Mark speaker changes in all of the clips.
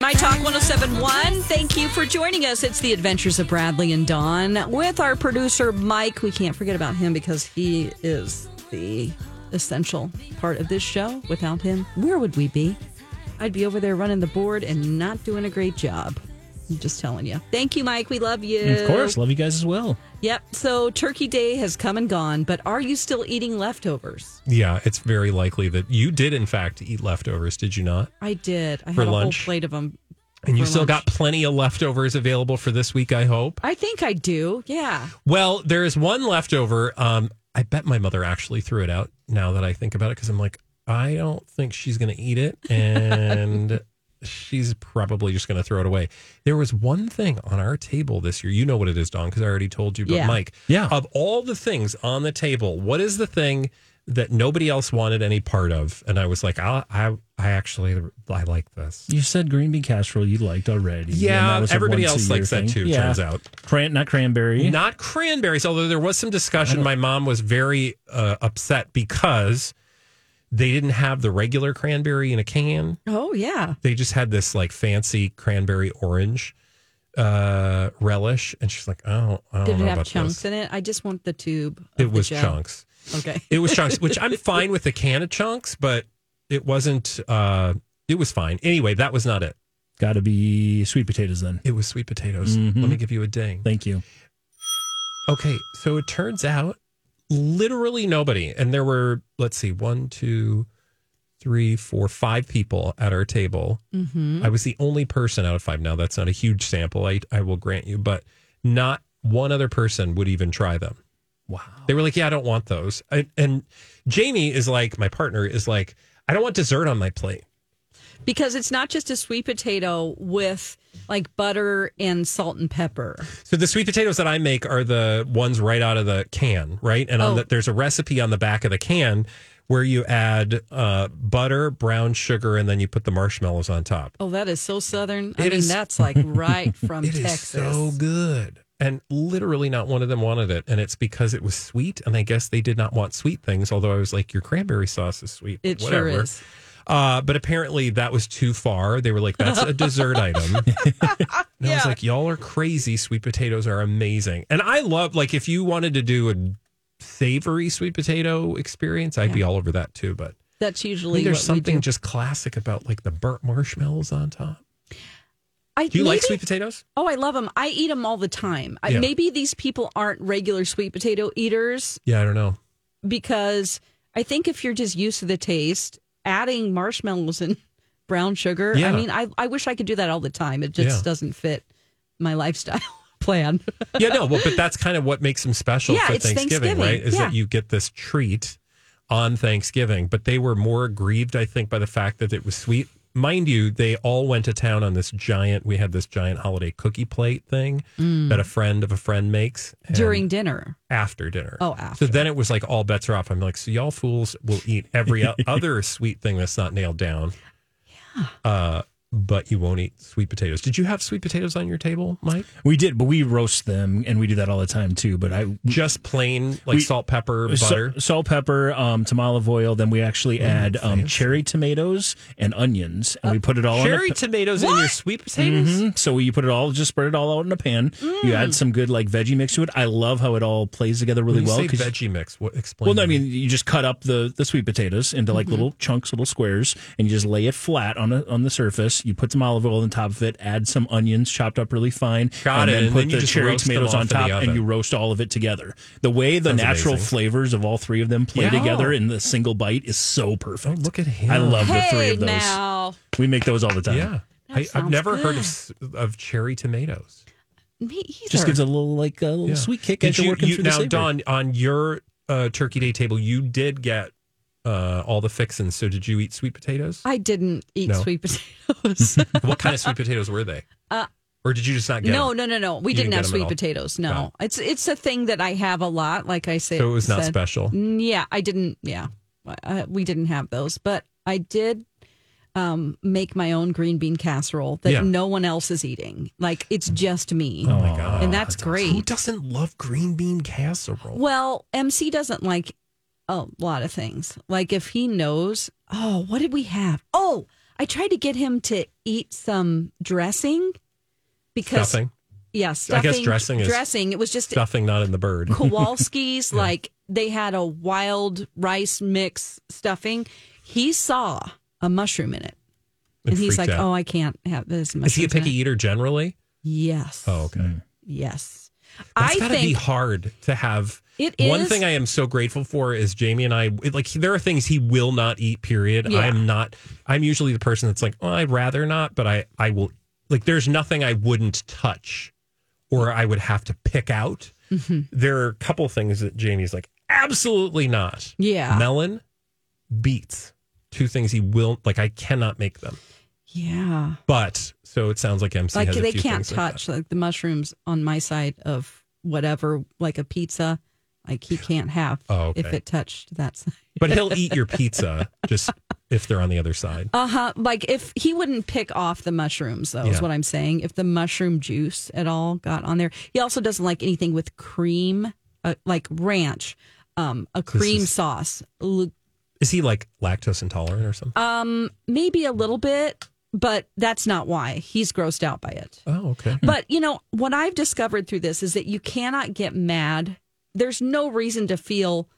Speaker 1: My Talk 1071. Thank you for joining us. It's the Adventures of Bradley and Dawn with our producer, Mike. We can't forget about him because he is the essential part of this show. Without him, where would we be? I'd be over there running the board and not doing a great job. I'm just telling you. Thank you, Mike. We love you.
Speaker 2: Of course, love you guys as well.
Speaker 1: Yep. So Turkey Day has come and gone, but are you still eating leftovers?
Speaker 3: Yeah, it's very likely that you did, in fact, eat leftovers, did you not?
Speaker 1: I did. I
Speaker 3: For
Speaker 1: had a
Speaker 3: lunch?
Speaker 1: whole plate of them.
Speaker 3: And you
Speaker 1: for
Speaker 3: still
Speaker 1: lunch.
Speaker 3: got plenty of leftovers available for this week, I hope.
Speaker 1: I think I do. Yeah.
Speaker 3: Well, there is one leftover. Um, I bet my mother actually threw it out now that I think about it because I'm like, I don't think she's going to eat it. And she's probably just going to throw it away. There was one thing on our table this year. You know what it is, Don, because I already told you. But
Speaker 1: Yeah.
Speaker 3: Mike,
Speaker 2: Yeah.
Speaker 3: of all the things on the table, what is the thing that nobody else wanted any part of? And I was like, I, I, I actually, I like this.
Speaker 2: You said green bean casserole you liked already. and
Speaker 3: Yeah,
Speaker 2: that was a
Speaker 3: everybody
Speaker 2: once a
Speaker 3: else
Speaker 2: year
Speaker 3: likes
Speaker 2: thing.
Speaker 3: that too,
Speaker 2: Yeah.
Speaker 3: turns out.
Speaker 2: Cran- not cranberry.
Speaker 3: Not cranberries, although there was some discussion. My mom was very uh, upset because they didn't have the regular cranberry in a can.
Speaker 1: Oh, yeah.
Speaker 3: They just had this like fancy cranberry orange uh, relish, and she's like, "Oh, I don't
Speaker 1: Did
Speaker 3: know
Speaker 1: it
Speaker 3: about
Speaker 1: have chunks
Speaker 3: this."
Speaker 1: in it? I just want the tube. of
Speaker 3: It
Speaker 1: the
Speaker 3: was
Speaker 1: gel.
Speaker 3: chunks.
Speaker 1: Okay.
Speaker 3: It was chunks, which I'm fine with a can of chunks, but it wasn't. Uh, it was fine anyway. That was not it.
Speaker 2: Got to be sweet potatoes then.
Speaker 3: It was sweet potatoes.
Speaker 2: Mhm.
Speaker 3: Let me give you a ding.
Speaker 2: Thank you.
Speaker 3: Okay, so it turns out literally nobody, and there were let's see, one, two, three, four, five people at our table.
Speaker 1: Mm-hmm.
Speaker 3: I was the only person out of five. Now that's not a huge sample, I I will grant you, but not one other person would even try them.
Speaker 2: Wow.
Speaker 3: They were like, "Yeah, I don't want those." I, and Jamie is like, my partner is like, "I don't want dessert on my plate."
Speaker 1: Because it's not just a sweet potato with like butter and salt and pepper.
Speaker 3: So the sweet potatoes that I make are the ones right out of the can, right? And on
Speaker 1: Oh.
Speaker 3: the, there's a recipe on the back of the can where you add uh, butter, brown sugar, and then you put the marshmallows on top.
Speaker 1: Oh, that is so southern. I
Speaker 3: It
Speaker 1: mean,
Speaker 3: is-
Speaker 1: that's like right from
Speaker 3: It is
Speaker 1: Texas.
Speaker 3: so good. And literally not one of them wanted it. And it's because it was sweet. And I guess they did not want sweet things, although I was like, your cranberry sauce is sweet.
Speaker 1: It
Speaker 3: Whatever.
Speaker 1: sure is.
Speaker 3: Uh, but apparently that was too far. They were like, that's a dessert item. And I was
Speaker 1: Yeah.
Speaker 3: like, y'all are crazy. Sweet potatoes are amazing. And I love, like, if you wanted to do a savory sweet potato experience, I'd be all over that too. But
Speaker 1: That's
Speaker 3: I
Speaker 1: usually
Speaker 3: think there's
Speaker 1: what we
Speaker 3: something
Speaker 1: do.
Speaker 3: just classic about like the burnt marshmallows on top.
Speaker 1: I,
Speaker 3: Do you like
Speaker 1: maybe-
Speaker 3: sweet potatoes?
Speaker 1: Oh, I love them. I eat them all the time. I,
Speaker 3: Yeah.
Speaker 1: Maybe these people aren't regular sweet potato eaters.
Speaker 3: Yeah, I don't know.
Speaker 1: because I think if you're just used to the taste, adding marshmallows and brown sugar,
Speaker 3: Yeah.
Speaker 1: I mean, I, I wish I could do that all the time. It just
Speaker 3: Yeah.
Speaker 1: doesn't fit my lifestyle plan.
Speaker 3: yeah, no, well, but that's kind of what makes them special
Speaker 1: Yeah,
Speaker 3: for
Speaker 1: it's
Speaker 3: Thanksgiving,
Speaker 1: Thanksgiving.
Speaker 3: right? Is
Speaker 1: Yeah.
Speaker 3: that you get this treat on Thanksgiving. But they were more aggrieved, I think, by the fact that it was sweet. Mind you, they all went to town on this giant. We had this giant holiday cookie plate thing that a friend of a friend makes and
Speaker 1: Mm. During dinner.
Speaker 3: after dinner.
Speaker 1: Oh,
Speaker 3: So
Speaker 1: after.
Speaker 3: then it was like all bets are off. I'm like, so y'all fools will eat every o- other sweet thing that's not nailed down. Yeah. Uh, but you won't eat sweet potatoes. Did you have sweet potatoes on your table, Mike?
Speaker 2: We did, but we roast them and we do that all the time too. But I
Speaker 3: Just plain like
Speaker 2: We-
Speaker 3: salt, pepper,
Speaker 2: Sa-
Speaker 3: butter. Mm,
Speaker 2: salt, pepper, um, some olive oil. Then we actually add um,
Speaker 3: fancy.
Speaker 2: cherry tomatoes and onions, and we put it all
Speaker 3: cherry
Speaker 2: in.
Speaker 3: tomatoes in your sweet potatoes.
Speaker 2: A, so you put it all, just spread it all out in a pan. You add some good like veggie mix to it. I love how it all plays together really
Speaker 3: Mm. When you
Speaker 2: well.
Speaker 3: say
Speaker 2: 'cause-
Speaker 3: veggie mix. What explain?
Speaker 2: well, no, I
Speaker 3: to me.
Speaker 2: mean you just cut up the, the sweet potatoes into
Speaker 3: Mm-hmm.
Speaker 2: like little chunks, little squares, and you just lay it flat on a, on the surface. You put some olive oil on top of it, add some onions chopped up really fine,
Speaker 3: Got
Speaker 2: and
Speaker 3: it,
Speaker 2: then
Speaker 3: and
Speaker 2: put
Speaker 3: then you
Speaker 2: the
Speaker 3: just
Speaker 2: cherry
Speaker 3: roast them
Speaker 2: tomatoes on
Speaker 3: off in the
Speaker 2: top,
Speaker 3: oven.
Speaker 2: and you roast all of it together. The way the
Speaker 3: Sounds
Speaker 2: natural
Speaker 3: amazing.
Speaker 2: flavors of all three of them play
Speaker 3: Yeah.
Speaker 2: together in the single bite is so
Speaker 3: oh,
Speaker 2: perfect.
Speaker 3: look at him.
Speaker 2: I love the three
Speaker 1: Hey,
Speaker 2: of those.
Speaker 1: now.
Speaker 2: We make those all the time.
Speaker 3: Yeah, I, I've
Speaker 1: sounds
Speaker 3: never heard of
Speaker 1: good.
Speaker 3: s- of cherry tomatoes.
Speaker 1: Me either.
Speaker 2: just gives a little like a little
Speaker 3: Yeah.
Speaker 2: sweet kick
Speaker 3: Did
Speaker 2: as you're
Speaker 3: you,
Speaker 2: working
Speaker 3: you
Speaker 2: through the
Speaker 3: now,
Speaker 2: savory.
Speaker 3: Don, on your uh, turkey day table, you did get uh, all the fixins. So, did you eat sweet potatoes?
Speaker 1: I didn't eat
Speaker 3: No.
Speaker 1: sweet potatoes.
Speaker 3: what kind of sweet potatoes were they?
Speaker 1: Uh,
Speaker 3: or did you just not get?
Speaker 1: no,
Speaker 3: them?
Speaker 1: no, no, no. We
Speaker 3: You
Speaker 1: didn't
Speaker 3: didn't
Speaker 1: have
Speaker 3: get 'em at
Speaker 1: sweet
Speaker 3: all.
Speaker 1: potatoes. No,
Speaker 3: Got
Speaker 1: it's it's a thing that I have a lot. Like I say,
Speaker 3: So it was not
Speaker 1: said.
Speaker 3: special.
Speaker 1: Mm, Yeah, I didn't. Yeah, uh, we didn't have those, but I did um, make my own green bean casserole that
Speaker 3: Yeah.
Speaker 1: no one else is eating. Like it's just me,
Speaker 3: Oh my god!
Speaker 1: and that's
Speaker 3: Who
Speaker 1: great.
Speaker 3: doesn't love green bean casserole?
Speaker 1: Well, MC doesn't like a lot of things. Like if he knows, oh, what did we have? Oh, I tried to get him to eat some dressing because
Speaker 3: Stuffing.
Speaker 1: yeah,
Speaker 3: I
Speaker 1: stuffing,
Speaker 3: guess dressing is-
Speaker 1: dressing. It was just
Speaker 3: Stuffing, not in the bird.
Speaker 1: Kowalski's like they had a wild rice mix stuffing. He saw a mushroom in it,
Speaker 3: It
Speaker 1: and he's
Speaker 3: freaked
Speaker 1: like,
Speaker 3: out.
Speaker 1: "Oh, I can't have this."
Speaker 3: Is he a
Speaker 1: mushrooms in
Speaker 3: picky
Speaker 1: it."
Speaker 3: eater generally?
Speaker 1: Yes.
Speaker 3: Oh, okay.
Speaker 1: yes.
Speaker 3: That's
Speaker 1: I
Speaker 3: gotta be
Speaker 1: think
Speaker 3: hard to have.
Speaker 1: It
Speaker 3: One
Speaker 1: is-
Speaker 3: thing I am so grateful for is Jamie and I. Like, there are things he will not eat. Period.
Speaker 1: Yeah.
Speaker 3: I'm not. I'm usually the person that's like, oh, I'd rather not, but I, I will. Like, there's nothing I wouldn't touch, or I would have to pick out.
Speaker 1: Mm-hmm.
Speaker 3: There are a couple things that Jamie's like, absolutely not.
Speaker 1: Yeah.
Speaker 3: melon, beets, two things he will like. I cannot make them.
Speaker 1: yeah.
Speaker 3: But so it sounds like MC
Speaker 1: like
Speaker 3: has a
Speaker 1: they
Speaker 3: few
Speaker 1: can't
Speaker 3: things like that.
Speaker 1: touch like, the mushrooms on my side of whatever, like a pizza. Like he can't have
Speaker 3: Oh, okay.
Speaker 1: if it touched that side.
Speaker 3: But he'll eat your pizza just if they're on the other side.
Speaker 1: Uh huh. Like if he wouldn't pick off the mushrooms, though, is
Speaker 3: Yeah.
Speaker 1: what I'm saying. If the mushroom juice at all got on there, he also doesn't like anything with cream, uh, like ranch, um, a cream
Speaker 3: is-
Speaker 1: sauce, l- um,
Speaker 3: Is he like lactose intolerant or
Speaker 1: Uh,
Speaker 3: something?
Speaker 1: maybe a little bit, but that's not why he's grossed out by it.
Speaker 3: oh, okay.
Speaker 1: But you know what I've discovered through this is that you cannot get mad. There's no reason to feel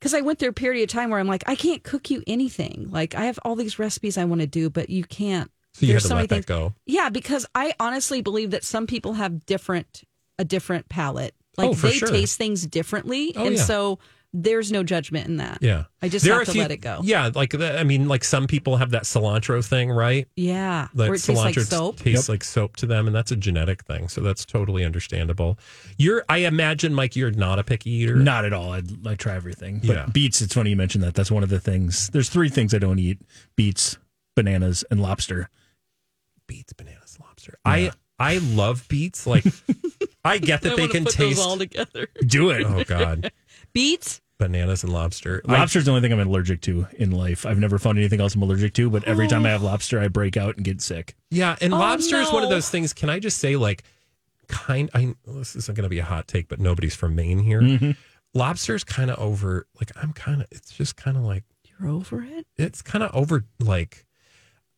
Speaker 1: because I went through a period of time where I'm like, I can't cook you anything. Like I have all these recipes I want to do, but you can't.
Speaker 3: So you had
Speaker 1: There's
Speaker 3: to
Speaker 1: so many
Speaker 3: let that
Speaker 1: things-
Speaker 3: go.
Speaker 1: Yeah, because I honestly believe that some people have different a different palate. Like
Speaker 3: Oh, for
Speaker 1: they
Speaker 3: sure.
Speaker 1: taste things differently,
Speaker 3: Oh,
Speaker 1: and
Speaker 3: yeah.
Speaker 1: so there's no judgment in that.
Speaker 3: Yeah.
Speaker 1: I just
Speaker 3: There are
Speaker 1: have
Speaker 3: a
Speaker 1: to
Speaker 3: few-
Speaker 1: let it go.
Speaker 3: Yeah. Like, the, I mean, like some people have that cilantro thing, right?
Speaker 1: Yeah,
Speaker 3: That
Speaker 1: where it tastes like
Speaker 3: cilantro t-
Speaker 1: soap.
Speaker 3: tastes like soap to them, and that's a genetic thing. So that's totally understandable. You're, I imagine, Mike, you're not a picky eater.
Speaker 2: Not at all. I, I try everything. But
Speaker 3: Yeah.
Speaker 2: beets, it's funny you mentioned that. That's one of the things. There's three things I don't eat beets, bananas, and lobster.
Speaker 3: Beets, bananas, lobster. I, I love beets. Like, I get that they can taste.
Speaker 1: together.
Speaker 2: Do it.
Speaker 3: oh God,
Speaker 1: Beets.
Speaker 3: bananas and lobster. Like,
Speaker 2: Lobster's the only thing I'm allergic to in life. I've never found anything else I'm allergic to, but every time I have lobster, I break out and get sick.
Speaker 3: Yeah, and
Speaker 1: Oh,
Speaker 3: lobster is one of
Speaker 1: no.
Speaker 3: those things. Can I just say, like, kind? I this isn't going to be a hot take, but nobody's from Maine here.
Speaker 1: Mm.
Speaker 3: Lobster's kind of over. Like, I'm kind of. It's just kind of like
Speaker 1: You're over it.
Speaker 3: it's kind of over. Like,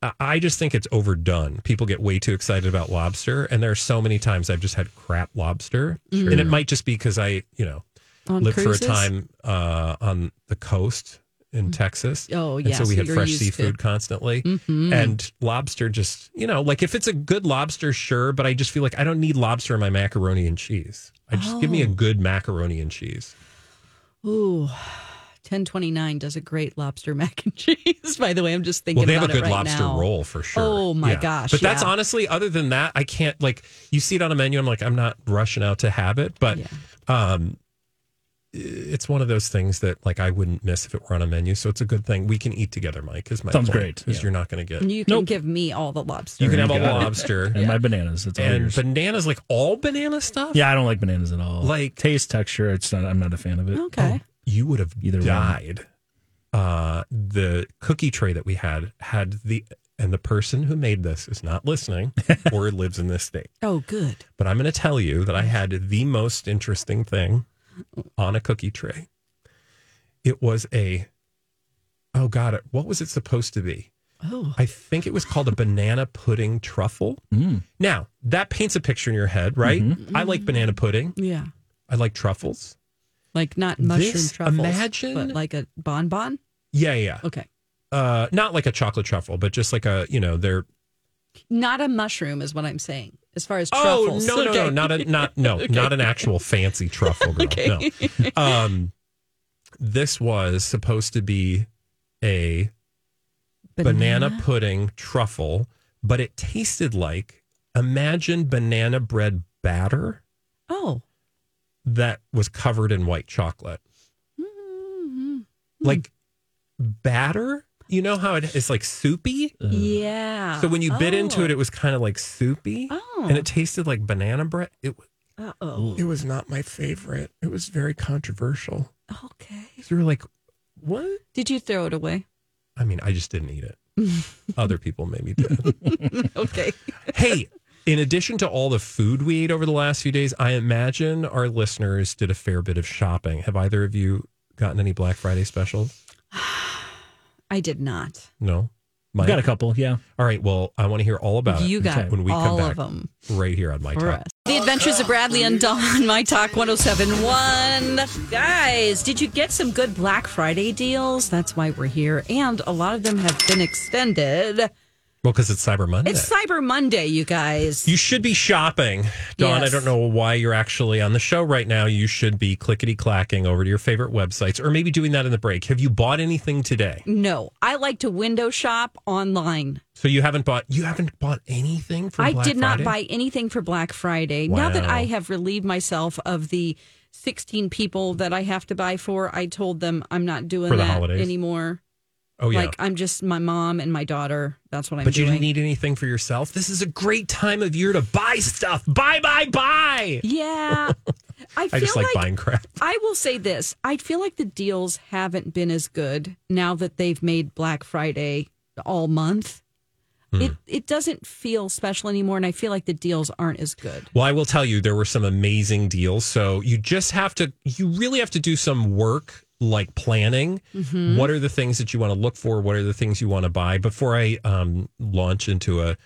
Speaker 3: I, I just think it's overdone. People get way too excited about lobster, and there are so many times I've just had crap lobster, and it might just be because I, you know,
Speaker 1: Mm-hmm. On
Speaker 3: lived for
Speaker 1: cruises?
Speaker 3: a time uh, on the coast in Texas.
Speaker 1: Oh,
Speaker 3: And
Speaker 1: yeah,
Speaker 3: so we
Speaker 1: so
Speaker 3: had
Speaker 1: you're
Speaker 3: fresh
Speaker 1: used to- Mm-hmm.
Speaker 3: seafood constantly, and lobster. Just you know, like if it's a good lobster, sure. But I just feel like I don't need lobster in my macaroni and cheese. I just give me
Speaker 1: Oh.
Speaker 3: a good macaroni and cheese.
Speaker 1: Ooh. 1029 does a great lobster mac and cheese. By the way, I'm just thinking
Speaker 3: Well, they have
Speaker 1: about
Speaker 3: a good
Speaker 1: it right
Speaker 3: lobster
Speaker 1: now.
Speaker 3: roll for sure.
Speaker 1: Oh, my gosh,
Speaker 3: But that's
Speaker 1: yeah.
Speaker 3: honestly, other than that, I can't like you see it on a menu. I'm like, I'm not rushing out to have it, but
Speaker 1: Yeah.
Speaker 3: um, it's one of those things that like I wouldn't miss if it were on a menu. So it's a good thing we can eat together, Mike. Is my
Speaker 2: Sounds
Speaker 3: point,
Speaker 2: great,
Speaker 3: Is
Speaker 2: yeah.
Speaker 3: you're not going to
Speaker 1: And
Speaker 3: get
Speaker 1: you can
Speaker 2: Nope.
Speaker 1: give me all the lobster.
Speaker 3: you can have
Speaker 2: You
Speaker 3: a
Speaker 2: got it.
Speaker 3: lobster
Speaker 2: And my bananas, it's all
Speaker 3: and
Speaker 2: yours.
Speaker 3: bananas, like all banana stuff.
Speaker 2: yeah, I don't like bananas at all.
Speaker 3: Like-
Speaker 2: taste, texture, it's not. I'm not a fan of it.
Speaker 1: okay.
Speaker 3: you would have
Speaker 2: Either one.
Speaker 3: died. Uh, the cookie tray that we had had the and the person who made this is not listening or lives in this state.
Speaker 1: Oh, good.
Speaker 3: But I'm going to tell you that I had the most interesting thing on a cookie tray. It was a, oh God, what was it supposed to be?
Speaker 1: Oh,
Speaker 3: I think it was called a banana pudding truffle.
Speaker 2: Oh. Mm.
Speaker 3: Now, that paints a picture in your head, right? I like banana pudding.
Speaker 1: yeah.
Speaker 3: I like truffles.
Speaker 1: Like not mushroom
Speaker 3: This-
Speaker 1: truffles.
Speaker 3: imagine-
Speaker 1: But like a bonbon.
Speaker 3: Yeah, yeah.
Speaker 1: Okay.
Speaker 3: Uh, not like a chocolate truffle, but just like a, you know, they're
Speaker 1: Not a mushroom is what I'm saying as far as truffles.
Speaker 3: Oh no, no, no, not a not no, not an actual fancy truffle girl. No. Um this was supposed to be a banana. pudding truffle, but it tasted like imagine banana bread batter
Speaker 1: Oh.
Speaker 3: that was covered in white chocolate.
Speaker 1: Mm-hmm.
Speaker 3: Like batter? You know how it, it's like soupy?
Speaker 2: Uh,
Speaker 1: yeah.
Speaker 3: Uh, So when you bit into
Speaker 1: Oh.
Speaker 3: it, it was kind of like soupy,
Speaker 1: Oh.
Speaker 3: and it tasted like banana bread. It
Speaker 1: Uh-oh.
Speaker 3: it was not my favorite. It was very controversial.
Speaker 1: Okay.
Speaker 3: Because we were like, what?
Speaker 1: Did you throw it away?
Speaker 3: I mean, I just didn't eat it. Other people maybe did.
Speaker 1: Okay.
Speaker 3: hey, in addition to all the food we ate over the last few days, I imagine our listeners did a fair bit of shopping. Have either of you gotten any Black Friday specials?
Speaker 1: I did not.
Speaker 3: No. Mike?
Speaker 2: Got a couple, yeah.
Speaker 3: All right. Well, I want to hear all about
Speaker 1: You
Speaker 3: it
Speaker 1: got
Speaker 3: Uh, when we
Speaker 1: all
Speaker 3: come back
Speaker 1: of them
Speaker 3: right here on my
Speaker 1: for
Speaker 3: talk.
Speaker 1: us. The Adventures of Bradley and Dawn, My Talk 1071. Guys, did you get some good Black Friday deals? That's why we're here. And a lot of them have been extended.
Speaker 3: Well, because it's Cyber Monday.
Speaker 1: It's Cyber Monday, you guys.
Speaker 3: you should be shopping, Dawn.
Speaker 1: Yes.
Speaker 3: I don't know why you're actually on the show right now. You should be clickety clacking over to your favorite websites, or maybe doing that in the break. Have you bought anything today?
Speaker 1: No, I like to window shop online.
Speaker 3: So you haven't bought you haven't bought anything for
Speaker 1: I
Speaker 3: Black
Speaker 1: did not
Speaker 3: Friday?
Speaker 1: buy anything for Black Friday. Now that I
Speaker 3: Wow.
Speaker 1: have relieved myself of the 16 people that I have to buy for, I told them I'm not doing
Speaker 3: For the
Speaker 1: that
Speaker 3: holidays.
Speaker 1: anymore.
Speaker 3: Oh yeah.
Speaker 1: Like I'm just my mom and my daughter. That's what I'm
Speaker 3: but you
Speaker 1: doing.
Speaker 3: didn't need anything for yourself. This is a great time of year to buy stuff. Buy, buy, buy.
Speaker 1: yeah. I feel
Speaker 3: I just like,
Speaker 1: like,
Speaker 3: buying crap.
Speaker 1: I will say this. I feel like the deals haven't been as good now that they've made Black Friday all month.
Speaker 3: Hmm.
Speaker 1: It it doesn't feel special anymore and I feel like the deals aren't as good.
Speaker 3: Well, I will tell you, there were some amazing deals. So you just have to, you really have to do some work like planning.
Speaker 1: Mm-hmm.
Speaker 3: What are the things that you want to look for? What are the things you want to buy? Before I um, launch into a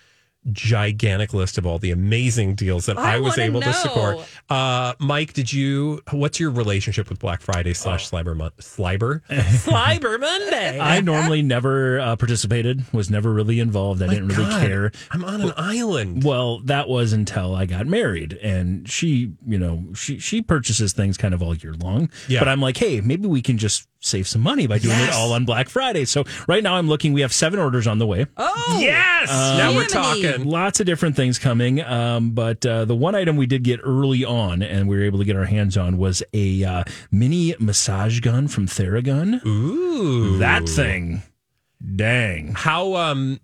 Speaker 3: gigantic list of all the amazing deals that
Speaker 1: I
Speaker 3: I, was
Speaker 1: wanna
Speaker 3: able
Speaker 1: know.
Speaker 3: to support. Uh, Mike, did you, what's your relationship with Black Friday
Speaker 2: Oh.
Speaker 3: slash Sliber Month? Sliber? Sliber Monday.
Speaker 2: I normally never uh, participated, was never really involved. I
Speaker 3: My
Speaker 2: didn't really
Speaker 3: God,
Speaker 2: care.
Speaker 3: I'm on an island.
Speaker 2: Well, that was until I got married, and she, you know, she she purchases things kind of all year long.
Speaker 3: Yeah.
Speaker 2: But I'm like, hey, maybe we can just save some money by doing
Speaker 3: Yes.
Speaker 2: it all on Black Friday. So right now, I'm looking. We have seven orders on the way.
Speaker 1: Oh.
Speaker 3: Yes. now we're
Speaker 1: Jiminy.
Speaker 3: talking.
Speaker 2: Lots of different things coming, um, but uh, the one item we did get early on, and we were able to get our hands on, was a uh, mini massage gun from Theragun.
Speaker 3: Ooh.
Speaker 2: That thing, dang!
Speaker 3: How um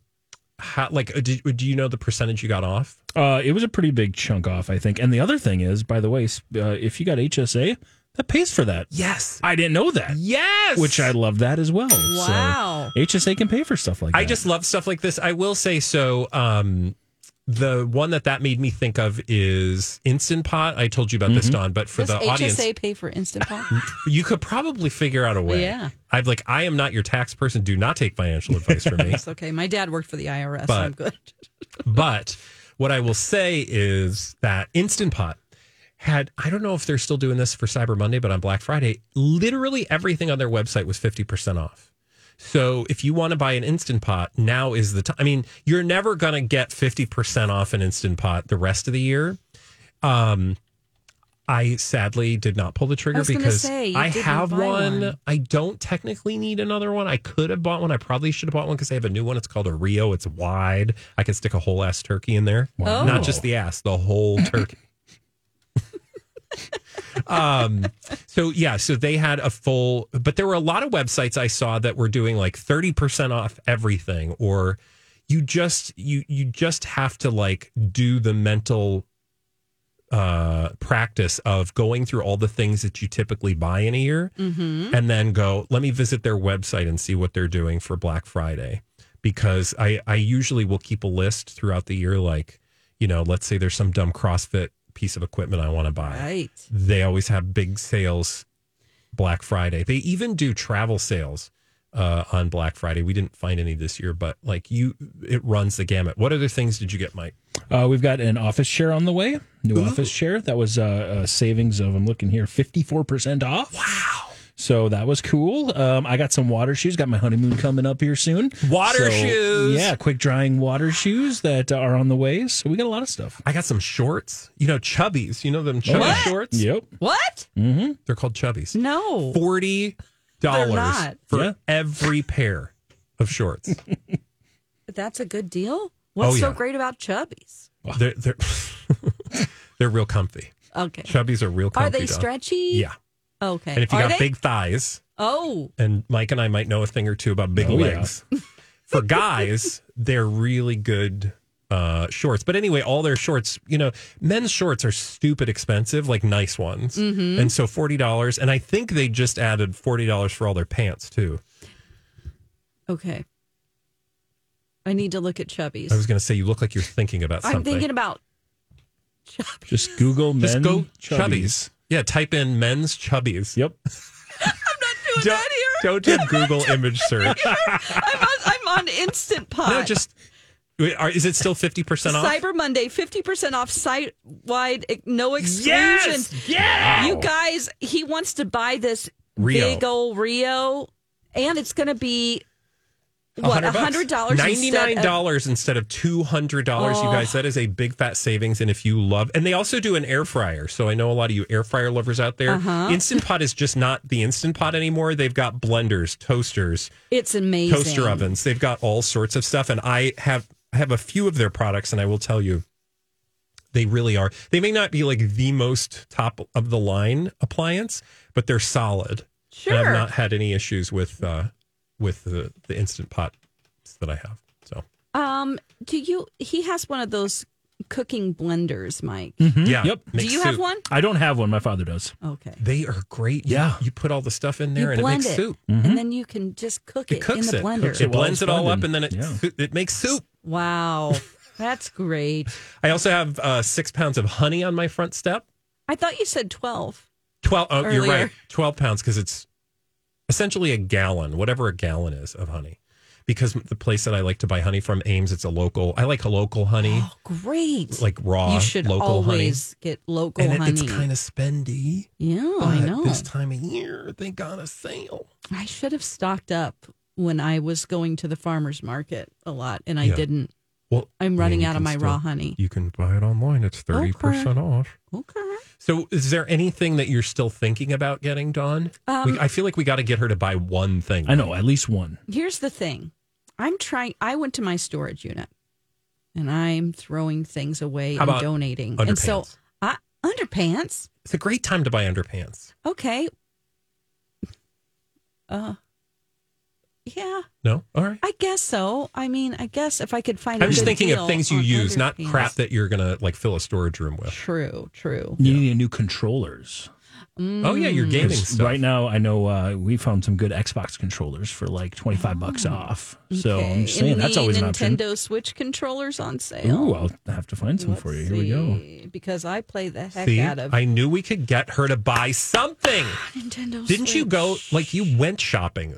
Speaker 3: how like uh, do, do you know the percentage you got off?
Speaker 2: Uh, it was a pretty big chunk off, I think. And the other thing is, by the way, s- uh, if you got HSA, that pays for that.
Speaker 3: Yes.
Speaker 2: I didn't know that,
Speaker 3: Yes.
Speaker 2: which I love that as well.
Speaker 1: Wow.
Speaker 2: So HSA can pay for stuff like that.
Speaker 3: I just love stuff like this. I will say so um the one that that made me think of is Instant Pot. I told you about
Speaker 2: Mm-hmm.
Speaker 3: this, Don, but for
Speaker 1: Does
Speaker 3: the
Speaker 1: HSA
Speaker 3: audience,
Speaker 1: pay for Instant Pot?
Speaker 3: you could probably figure out a way.
Speaker 1: Yeah.
Speaker 3: I've like, I am not your tax person. Do not take financial advice from me.
Speaker 1: It's okay. My dad worked for the IRS. so
Speaker 3: But-
Speaker 1: I'm good.
Speaker 3: But what I will say is that Instant Pot had I don't know if they're still doing this for Cyber Monday, but on Black Friday, literally everything on their website was 50% off. So if you want to buy an Instant Pot, now is the time. I mean, you're never going to get 50% off an Instant Pot the rest of the year. Um I sadly did not pull the trigger
Speaker 1: I was gonna
Speaker 3: because
Speaker 1: say, you
Speaker 3: I
Speaker 1: didn't
Speaker 3: have
Speaker 1: buy
Speaker 3: one.
Speaker 1: one.
Speaker 3: I don't technically need another one. I could have bought one. I probably should have bought one because they have a new one. It's called a Rio. It's wide. I could stick a whole ass turkey in there.
Speaker 2: Wow.
Speaker 1: Oh.
Speaker 3: Not just the ass, the whole turkey. um so yeah so they had a full but there were a lot of websites i saw that were doing like 30% off everything or you just you you just have to like do the mental uh practice of going through all the things that you typically buy in a year
Speaker 1: Mm-hmm.
Speaker 3: and then go let me visit their website and see what they're doing for black friday because i i usually will keep a list throughout the year like you know let's say there's some dumb crossfit piece of equipment i want to buy
Speaker 1: Right.
Speaker 3: they always have big sales Black Friday. They even do travel sales uh, on Black Friday. We didn't find any this year, but like you, it runs the gamut. What other things did you get, Mike?
Speaker 2: Uh, we've got an office chair on the way, new office chair. That was uh, a savings of, I'm looking here, 54% off. Wow. So that was cool. Um, I got some water shoes. Got my honeymoon coming up here soon. So,
Speaker 3: Water shoes.
Speaker 2: Yeah, quick drying water shoes that are on the way. So we got a lot of stuff.
Speaker 3: I got some shorts. You know, chubbies. You know them chubby
Speaker 1: What?
Speaker 3: shorts.
Speaker 2: Yep.
Speaker 1: What?
Speaker 3: They're called chubbies.
Speaker 1: No.
Speaker 3: Forty dollars
Speaker 1: not.
Speaker 3: for
Speaker 2: Yeah.
Speaker 3: every pair of shorts.
Speaker 1: That's a good deal. What's
Speaker 3: Oh,
Speaker 1: so
Speaker 3: yeah.
Speaker 1: great about Chubbies?
Speaker 3: they're they're they're real comfy.
Speaker 1: Okay.
Speaker 3: Chubbies are real comfy.
Speaker 1: Are they
Speaker 3: Don.
Speaker 1: stretchy?
Speaker 3: Yeah.
Speaker 1: Okay.
Speaker 3: And if you
Speaker 1: Are
Speaker 3: got
Speaker 1: they?
Speaker 3: big thighs,
Speaker 1: Oh.
Speaker 3: and Mike and I might know a thing or two about big
Speaker 2: Oh, yeah.
Speaker 3: legs. For guys, they're really good uh, shorts. But anyway, all their shorts, you know, men's shorts are stupid expensive, like nice ones.
Speaker 1: Mm-hmm.
Speaker 3: And so $40. And I think they just added $40 for all their pants, too.
Speaker 1: Okay. I need to look at Chubbies.
Speaker 3: I was going to say, you look like you're thinking about something.
Speaker 1: I'm thinking about Chubbies.
Speaker 2: Just Google men.
Speaker 3: just go chubbies.
Speaker 2: chubbies.
Speaker 3: Yeah, type in men's chubbies.
Speaker 2: Yep.
Speaker 1: I'm not doing
Speaker 3: Don't,
Speaker 1: that here.
Speaker 3: don't do Google image search.
Speaker 1: I'm, I'm them on Instant Pot.
Speaker 3: No, just wait, are, is it still fifty percent off?
Speaker 1: Cyber Monday, 50% off site wide, no exclusions.
Speaker 2: Yeah.
Speaker 1: You guys, he wants to buy this
Speaker 3: Rio.
Speaker 1: big old Rio, and it's going to be what
Speaker 3: $100
Speaker 1: hundred dollars. Oh.
Speaker 3: ninety nine dollars instead of two hundred dollars. You guys, that is a big fat savings. And if you love, and they also do an air fryer. So I know a lot of you air fryer lovers out there.
Speaker 1: Uh-huh.
Speaker 3: Instant Pot is just not the Instant Pot anymore. They've got blenders, toasters,
Speaker 1: It's amazing.
Speaker 3: toaster ovens. They've got all sorts of stuff. And I have I have a few of their products, and I will tell you, they really are. They may not be like the most top of the line appliance, but they're solid. And
Speaker 1: Sure.
Speaker 3: I've not had any issues with uh, with the, the instant pot that I have. So
Speaker 1: Um, do you? He has one of those cooking blenders, Mike.
Speaker 3: yeah.
Speaker 2: Yep.
Speaker 1: Do
Speaker 3: makes
Speaker 1: you have
Speaker 3: Mm-hmm. soup.
Speaker 1: one?
Speaker 2: I don't have one. My father does.
Speaker 1: Okay.
Speaker 3: They are great. You-
Speaker 2: Yeah.
Speaker 3: You, put all the stuff in there
Speaker 1: You
Speaker 3: and it
Speaker 1: blend
Speaker 3: makes
Speaker 1: it,
Speaker 3: soup.
Speaker 1: and then you can just cook it,
Speaker 3: It cooks
Speaker 1: in the
Speaker 3: it.
Speaker 1: blender.
Speaker 3: Cooks it.
Speaker 2: while
Speaker 3: blends
Speaker 2: it's
Speaker 3: it all up
Speaker 2: blended.
Speaker 3: and then it
Speaker 2: Yeah.
Speaker 3: it makes soup.
Speaker 1: Wow, that's great.
Speaker 3: I also have uh, six pounds of honey on my front step.
Speaker 1: I thought you said twelve.
Speaker 3: Twelve. Oh, you're
Speaker 1: Earlier.
Speaker 3: right. Twelve pounds because it's essentially a gallon, whatever a gallon is of honey. Because the place that I like to buy honey from, Ames, it's a local. I like a local honey,
Speaker 1: Oh, great!
Speaker 3: like raw
Speaker 1: you should
Speaker 3: local
Speaker 1: always get local
Speaker 3: honey, and it-
Speaker 1: honey.
Speaker 3: it's kind of spendy.
Speaker 1: yeah, I
Speaker 3: but
Speaker 1: know.
Speaker 3: This time of year, they got a sale.
Speaker 1: I should have stocked up when I was going to the farmers market a lot, and I
Speaker 3: Yeah.
Speaker 1: didn't.
Speaker 3: Well,
Speaker 1: I'm
Speaker 3: yeah,
Speaker 1: running
Speaker 3: you
Speaker 1: out of
Speaker 3: can
Speaker 1: my
Speaker 3: still-
Speaker 1: raw honey.
Speaker 3: You can buy it online. It's
Speaker 1: Okay.
Speaker 3: thirty percent off.
Speaker 1: Okay.
Speaker 3: So, is there anything that you're still thinking about getting, Dawn?
Speaker 1: Um,
Speaker 3: we, I feel like we got to get her to buy one thing.
Speaker 2: I know at least one.
Speaker 1: Here's the thing. I'm trying. I went to my storage unit, and I'm throwing things away
Speaker 3: How
Speaker 1: and
Speaker 3: about
Speaker 1: donating. And so,
Speaker 3: underpants?
Speaker 1: I, underpants.
Speaker 3: It's a great time to buy underpants.
Speaker 1: Okay. Uh. Yeah,
Speaker 3: No, all right.
Speaker 1: I guess so. I mean, I guess if I could find. a
Speaker 3: I'm just
Speaker 1: good
Speaker 3: thinking of
Speaker 1: deal
Speaker 3: things you
Speaker 1: on
Speaker 3: use, not
Speaker 1: underpants.
Speaker 3: crap that you're gonna like fill a storage room with.
Speaker 1: True. True.
Speaker 2: You need new controllers.
Speaker 3: Oh yeah,
Speaker 1: Mm.
Speaker 3: your gaming
Speaker 2: 'Cause
Speaker 3: stuff.
Speaker 2: Right now, I know uh, we found some good Xbox controllers for like twenty five
Speaker 3: Oh,
Speaker 2: bucks off. So I'm just saying
Speaker 1: and
Speaker 2: that's
Speaker 1: the
Speaker 2: always an option.
Speaker 1: Mm, Nintendo Switch controllers on sale.
Speaker 2: Ooh, I'll have to find some for you. Here we go.
Speaker 1: go. Because I play the heck
Speaker 3: See,
Speaker 1: out of
Speaker 3: I knew we could get her to buy something.
Speaker 1: Nintendo.
Speaker 3: Didn't you
Speaker 1: Switch.
Speaker 3: go? Like you went shopping.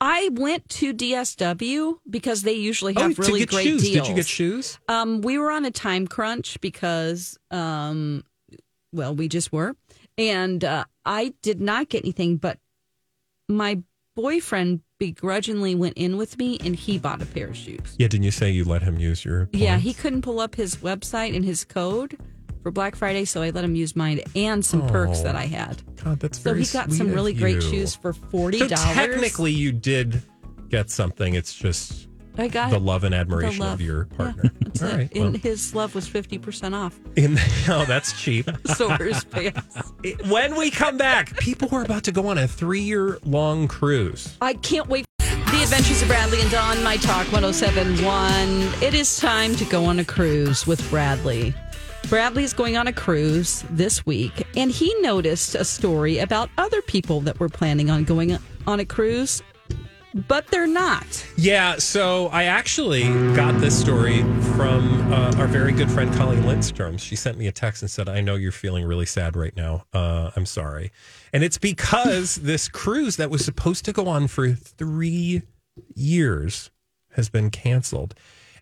Speaker 1: I went to DSW because they
Speaker 2: Oh,
Speaker 1: usually have
Speaker 3: Oh, to
Speaker 1: really
Speaker 3: get
Speaker 1: great
Speaker 3: shoes.
Speaker 1: deals.
Speaker 3: Did you get shoes?
Speaker 1: Um, we were on a time crunch because, um, well, we just were, and uh, I did not get anything. But my boyfriend begrudgingly went in with me, and he bought a pair of shoes.
Speaker 3: Yeah. Didn't you say you let him use your?
Speaker 1: Yeah,
Speaker 3: points?
Speaker 1: he couldn't pull up his website and his code for Black Friday, so I let him use mine and some perks that I had.
Speaker 3: God, that's
Speaker 1: So
Speaker 3: Oh, very
Speaker 1: he got
Speaker 3: sweet
Speaker 1: some
Speaker 3: of
Speaker 1: really great
Speaker 3: you.
Speaker 1: shoes for forty
Speaker 3: So
Speaker 1: dollars.
Speaker 3: technically, you did get something. It's just
Speaker 1: I got
Speaker 3: the love and admiration
Speaker 1: love.
Speaker 3: of your partner.
Speaker 1: That's
Speaker 3: All
Speaker 1: it.
Speaker 3: right.
Speaker 1: and
Speaker 3: well,
Speaker 1: his love was fifty percent off.
Speaker 3: in oh, that's cheap.
Speaker 1: So were his pants.
Speaker 3: It- when we come back, people were about to go on a three-year-long cruise.
Speaker 1: I can't wait. The Adventures of Bradley and Dawn, My Talk 1071. It is time to go on a cruise with Bradley. Bradley is going on a cruise this week, and he noticed a story about other people that were planning on going on a cruise, but they're not.
Speaker 3: Yeah. So I actually got this story from uh, our very good friend Colleen Lindstrom. She sent me a text and said, "I know you're feeling really sad right now. Uh, I'm sorry," and it's because this cruise that was supposed to go on for three years has been canceled.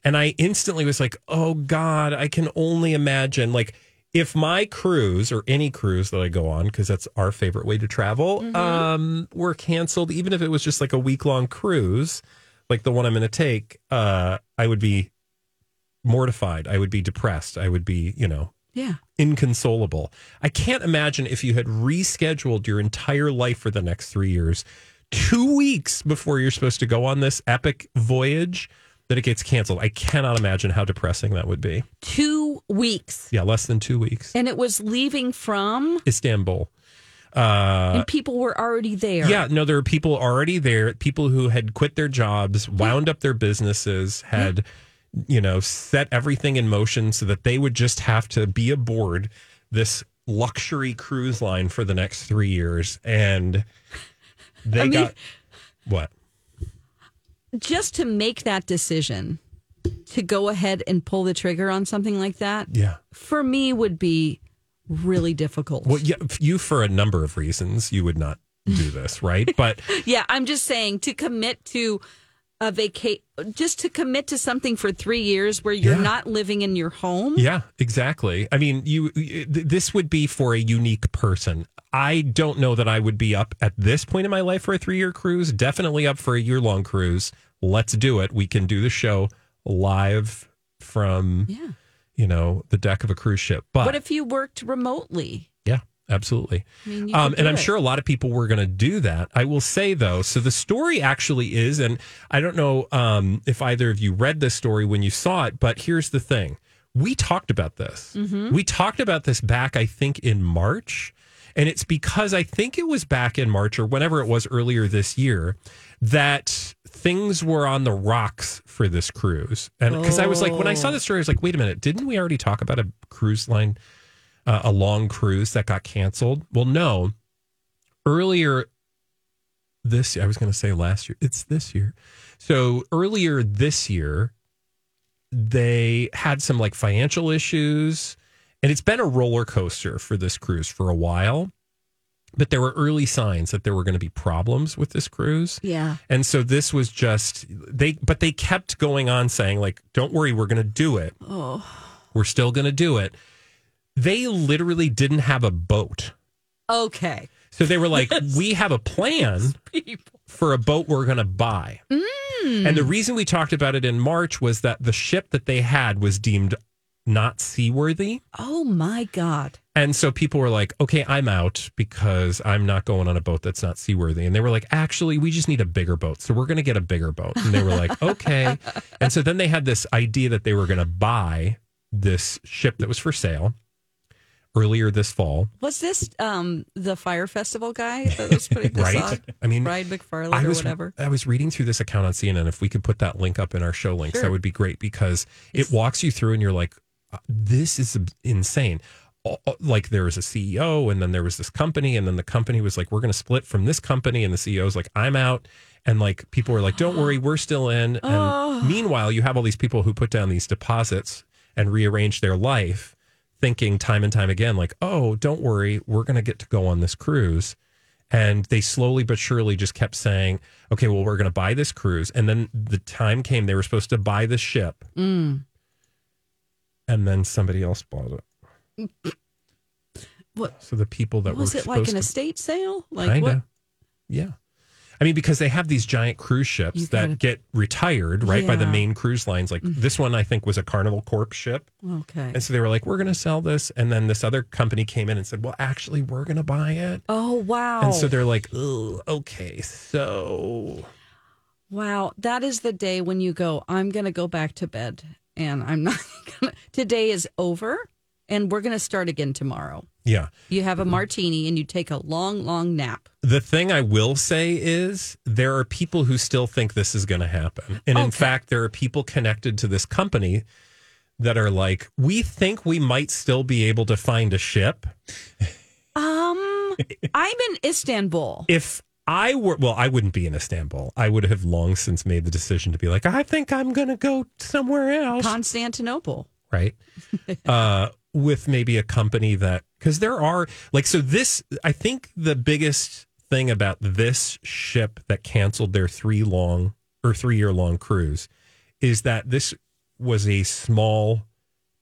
Speaker 3: And I instantly was like, oh God, I can only imagine. Like, if my cruise or any cruise that I go on, because that's our favorite way to travel, um, were canceled, even if it was just like a week long cruise, like the one I'm going to take, uh, I would be mortified. I would be depressed. I would be, you know,
Speaker 1: Yeah.
Speaker 3: inconsolable. I can't imagine if you had rescheduled your entire life for the next three years, two weeks before you're supposed to go on this epic voyage, that it gets canceled. I cannot imagine how depressing that would be.
Speaker 1: Two weeks.
Speaker 3: Yeah, less than two weeks.
Speaker 1: And it was leaving from,
Speaker 3: Istanbul.
Speaker 1: and people were already there.
Speaker 3: Yeah, no, there were people already there, people who had quit their jobs, wound up their businesses, had, you know, set everything in motion so that they would just have to be aboard this luxury cruise line for the next three years. And they
Speaker 1: I mean-
Speaker 3: got what?
Speaker 1: Just to make that decision to go ahead and pull the trigger on something like that.
Speaker 3: Yeah.
Speaker 1: for me would be really difficult.
Speaker 3: Well, yeah, you for a number of reasons, you would not do this, right? But
Speaker 1: yeah, I'm just saying to commit to a vacation, just to commit to something for three years where you're
Speaker 3: Yeah.
Speaker 1: not living in your home.
Speaker 3: Yeah, exactly. I mean, you th- this would be for a unique person. I don't know that I would be up at this point in my life for a 3-year cruise, definitely up for a year-long cruise. Let's do it. We can do the show live from,
Speaker 1: Yeah.
Speaker 3: you know, the deck of a cruise ship. But
Speaker 1: What if you worked remotely?
Speaker 3: yeah, absolutely.
Speaker 1: I mean, you
Speaker 3: Um,
Speaker 1: could
Speaker 3: and
Speaker 1: do
Speaker 3: I'm
Speaker 1: it.
Speaker 3: sure a lot of people were going to do that. I will say though, so the story actually is, and I don't know um, if either of you read this story when you saw it, but here's the thing: we talked about this.
Speaker 1: Mm-hmm.
Speaker 3: We talked about this back, I think, in March, and it's because I think it was back in March or whenever it was earlier this year that things were on the rocks for this cruise, and because I was like, when I saw the story, I was like, wait a minute, didn't we already talk about a cruise line? uh, a long cruise that got canceled. Well, no, earlier this I was going to say last year. It's this year. So earlier this year, they had some like financial issues, and it's been a roller coaster for this cruise for a while. But there were early signs that there were going to be problems with this cruise.
Speaker 1: Yeah.
Speaker 3: And so this was just they, but they kept going on saying like, "Don't worry, we're going to do it.
Speaker 1: Oh,
Speaker 3: We're still going to do it." They literally didn't have a boat,
Speaker 1: Okay.
Speaker 3: so they were like, "We have a plan
Speaker 1: People. Hmm.
Speaker 3: for a boat we're going to buy." And the reason we talked about it in March was that the ship that they had was deemed not seaworthy.
Speaker 1: Oh my God.
Speaker 3: And so people were like, okay, I'm out because I'm not going on a boat that's not seaworthy. And they were like, actually, we just need a bigger boat. So we're going to get a bigger boat. And they were like, okay. And so then they had this idea that they were going to buy this ship that was for sale earlier this fall.
Speaker 1: Was this um, the fire festival guy that was putting this
Speaker 3: Right?
Speaker 1: on?
Speaker 3: I mean,
Speaker 1: Ryan McFarland
Speaker 3: I
Speaker 1: or
Speaker 3: was,
Speaker 1: whatever.
Speaker 3: I was reading through this account on CNN. If we could put that link up in our show links,
Speaker 1: Sure.
Speaker 3: that would be great because it walks you through and you're like, "Uh, this is insane. All- all- Like there was a CEO and then there was this company and then the company was like, we're going to split from this company. And the CEO's like, I'm out. And like people were like, don't worry, we're still in. And
Speaker 1: Oh.
Speaker 3: meanwhile, you have all these people who put down these deposits and rearrange their life thinking time and time again, like, oh, don't worry, we're going to get to go on this cruise. And they slowly but surely just kept saying, okay, well, we're going to buy this cruise. And then the time came, they were supposed to buy the ship.
Speaker 1: Hmm.
Speaker 3: And then somebody else bought it.
Speaker 1: What-
Speaker 3: So the people that
Speaker 1: Was
Speaker 3: were
Speaker 1: it like
Speaker 3: supposed
Speaker 1: an
Speaker 3: to-
Speaker 1: estate sale? Like
Speaker 3: Kinda.
Speaker 1: what?
Speaker 3: Yeah. I mean, because they have these giant cruise
Speaker 1: You
Speaker 3: ships
Speaker 1: gotta-
Speaker 3: that get retired, right, by the
Speaker 1: Yeah.
Speaker 3: main cruise lines. Like this one, I think, was a Carnival Corp ship.
Speaker 1: Okay.
Speaker 3: And so they were like, we're going to sell this. And then this other company came in and said, well, actually, we're going to buy it.
Speaker 1: Oh wow.
Speaker 3: And so they're like, oh, okay, so.
Speaker 1: wow, that is the day when you go. I'm going to go back to bed, and I'm not. Gonna, today is over, and we're going to start again tomorrow.
Speaker 3: Yeah.
Speaker 1: You have a martini and you take a long, long nap.
Speaker 3: The thing I will say is there are people who still think this is going to happen. And in
Speaker 1: Okay.
Speaker 3: fact, there are people connected to this company that are like, we think we might still be able to find a ship.
Speaker 1: Um, I'm in Istanbul.
Speaker 3: If I were, well, I wouldn't be in Istanbul. I would have long since made the decision to be like, I think I'm going to go somewhere else.
Speaker 1: Constantinople.
Speaker 3: right? uh, with maybe a company that, because there are, like, so this, I think the biggest thing about this ship that canceled their three long or three year long cruise is that this was a small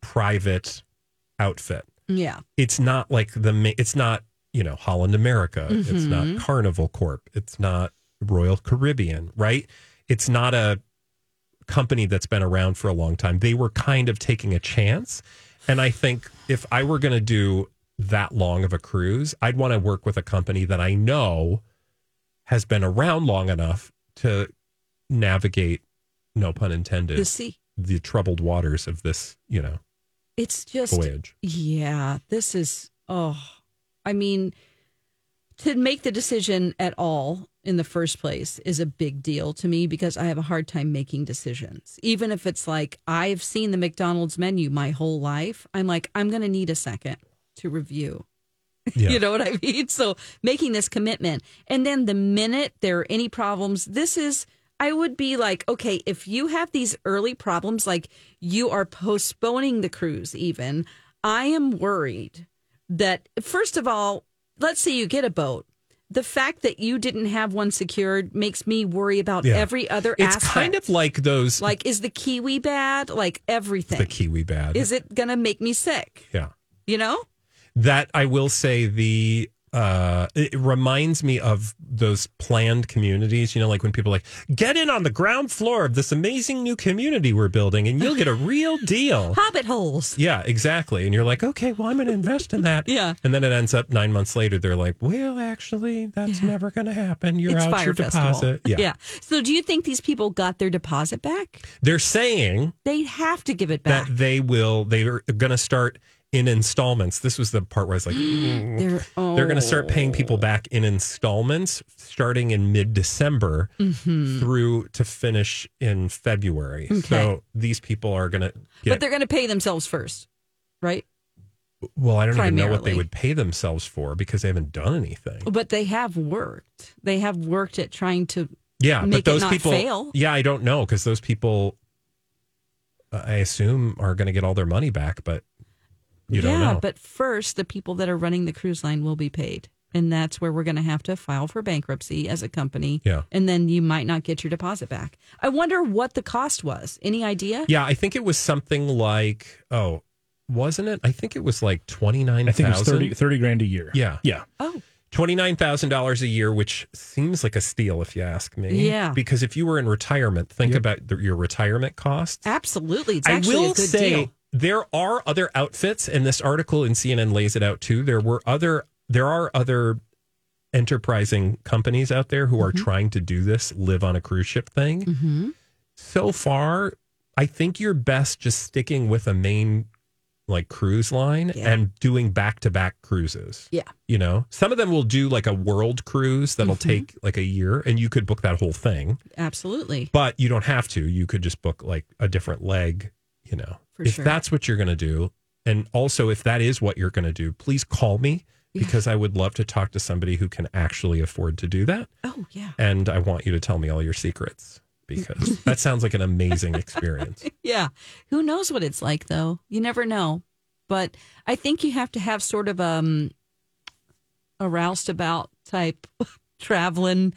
Speaker 3: private outfit.
Speaker 1: Yeah.
Speaker 3: It's not like the, ma- it's not, you know, Holland America. It's not Carnival Corp. It's not Royal Caribbean, right? It's not a, company that's been around for a long time. They were kind of taking a chance. And I think if I were going to do that long of a cruise, I'd want to work with a company that I know has been around long enough to navigate, no pun intended,
Speaker 1: The sea.
Speaker 3: the troubled waters of this, you know,
Speaker 1: It's just
Speaker 3: voyage.
Speaker 1: Yeah, this is oh, I mean, to make the decision at all in the first place is a big deal to me because I have a hard time making decisions. Even if it's like I've seen the McDonald's menu my whole life, I'm like I'm going to need a second to review.
Speaker 3: Yeah.
Speaker 1: You know what I mean? So making this commitment. And then the minute there are any problems, this is, I would be like, okay, if you have these early problems, like you are postponing the cruise, even, I am worried that, first of all, let's say you get a boat. the fact that you didn't have one secured makes me worry about
Speaker 3: Yeah.
Speaker 1: every other
Speaker 3: It's
Speaker 1: aspect.
Speaker 3: kind of like those
Speaker 1: like, is the kiwi bad? Like everything.
Speaker 3: the kiwi bad.
Speaker 1: Is it gonna make me sick?
Speaker 3: yeah.
Speaker 1: You know?
Speaker 3: That I will say the uh it reminds me of those planned communities, you know, like when people are like get in on the ground floor of this amazing new community we're building and you'll get a real deal.
Speaker 1: Hobbit holes.
Speaker 3: Yeah, exactly. And you're like, okay, well, I'm going to invest in that.
Speaker 1: Yeah.
Speaker 3: And then it ends up nine months later, they're like, well, actually, that's never going to happen. You're
Speaker 1: it's
Speaker 3: out
Speaker 1: fire
Speaker 3: your
Speaker 1: festival.
Speaker 3: deposit.
Speaker 1: yeah. So do you think these people got their deposit back?
Speaker 3: They're saying
Speaker 1: They have to give it back.
Speaker 3: that they will, they're going to start in installments. This was the part where I was like,
Speaker 1: they're oh.
Speaker 3: they're going to start paying people back in installments starting in mid December through to finish in February.
Speaker 1: Mm-hmm. Okay.
Speaker 3: So these people are going to
Speaker 1: But
Speaker 3: get,
Speaker 1: they're going to pay themselves first, right?
Speaker 3: well, I don't even know what
Speaker 1: Primarily.
Speaker 3: they would pay themselves for because they haven't done anything.
Speaker 1: But they have worked. They have worked at trying to.
Speaker 3: Yeah,
Speaker 1: make it
Speaker 3: but those
Speaker 1: not
Speaker 3: people.
Speaker 1: fail.
Speaker 3: Yeah, I don't know because those people, uh, I assume, are going to get all their money back, but you
Speaker 1: yeah,
Speaker 3: don't know.
Speaker 1: but first, the people that are running the cruise line will be paid. And that's where we're going to have to file for bankruptcy as a company.
Speaker 3: Yeah.
Speaker 1: And then you might not get your deposit back. I wonder what the cost was. Any idea?
Speaker 3: yeah, I think it was something like oh, wasn't it? I think it was like twenty nine
Speaker 2: I think it was 30,
Speaker 3: thousand.
Speaker 2: 30 grand a year.
Speaker 3: Yeah.
Speaker 2: Yeah.
Speaker 1: Oh,
Speaker 3: Twenty nine thousand dollars a year, which seems like a steal if you ask me.
Speaker 1: Yeah.
Speaker 3: because if you were in retirement, think about the, your retirement costs.
Speaker 1: absolutely. It's
Speaker 3: I
Speaker 1: actually
Speaker 3: will
Speaker 1: a good
Speaker 3: say
Speaker 1: deal.
Speaker 3: there are other outfits, and this article in CNN lays it out too. There were other, there are other enterprising companies out there who are
Speaker 1: Mm-hmm.
Speaker 3: trying to do this live on a cruise ship thing. So far, I think you're best just sticking with a main like cruise line
Speaker 1: Yeah.
Speaker 3: and doing back to back cruises.
Speaker 1: Yeah. Mm-hmm.
Speaker 3: You know, some of them will do like a world cruise that'll take like a year and you could book that whole thing
Speaker 1: Absolutely.
Speaker 3: but you don't have to. You could just book like a different leg, you know.
Speaker 1: For
Speaker 3: if
Speaker 1: sure.
Speaker 3: that's what you're going to do, and also if that is what you're going to do, please call me because I would love to talk to somebody who can actually afford to do that,
Speaker 1: Oh, yeah.
Speaker 3: and I want you to tell me all your secrets because that sounds like an amazing experience.
Speaker 1: Yeah. Who knows what it's like though? You never know. But I think you have to have sort of um a roustabout type traveling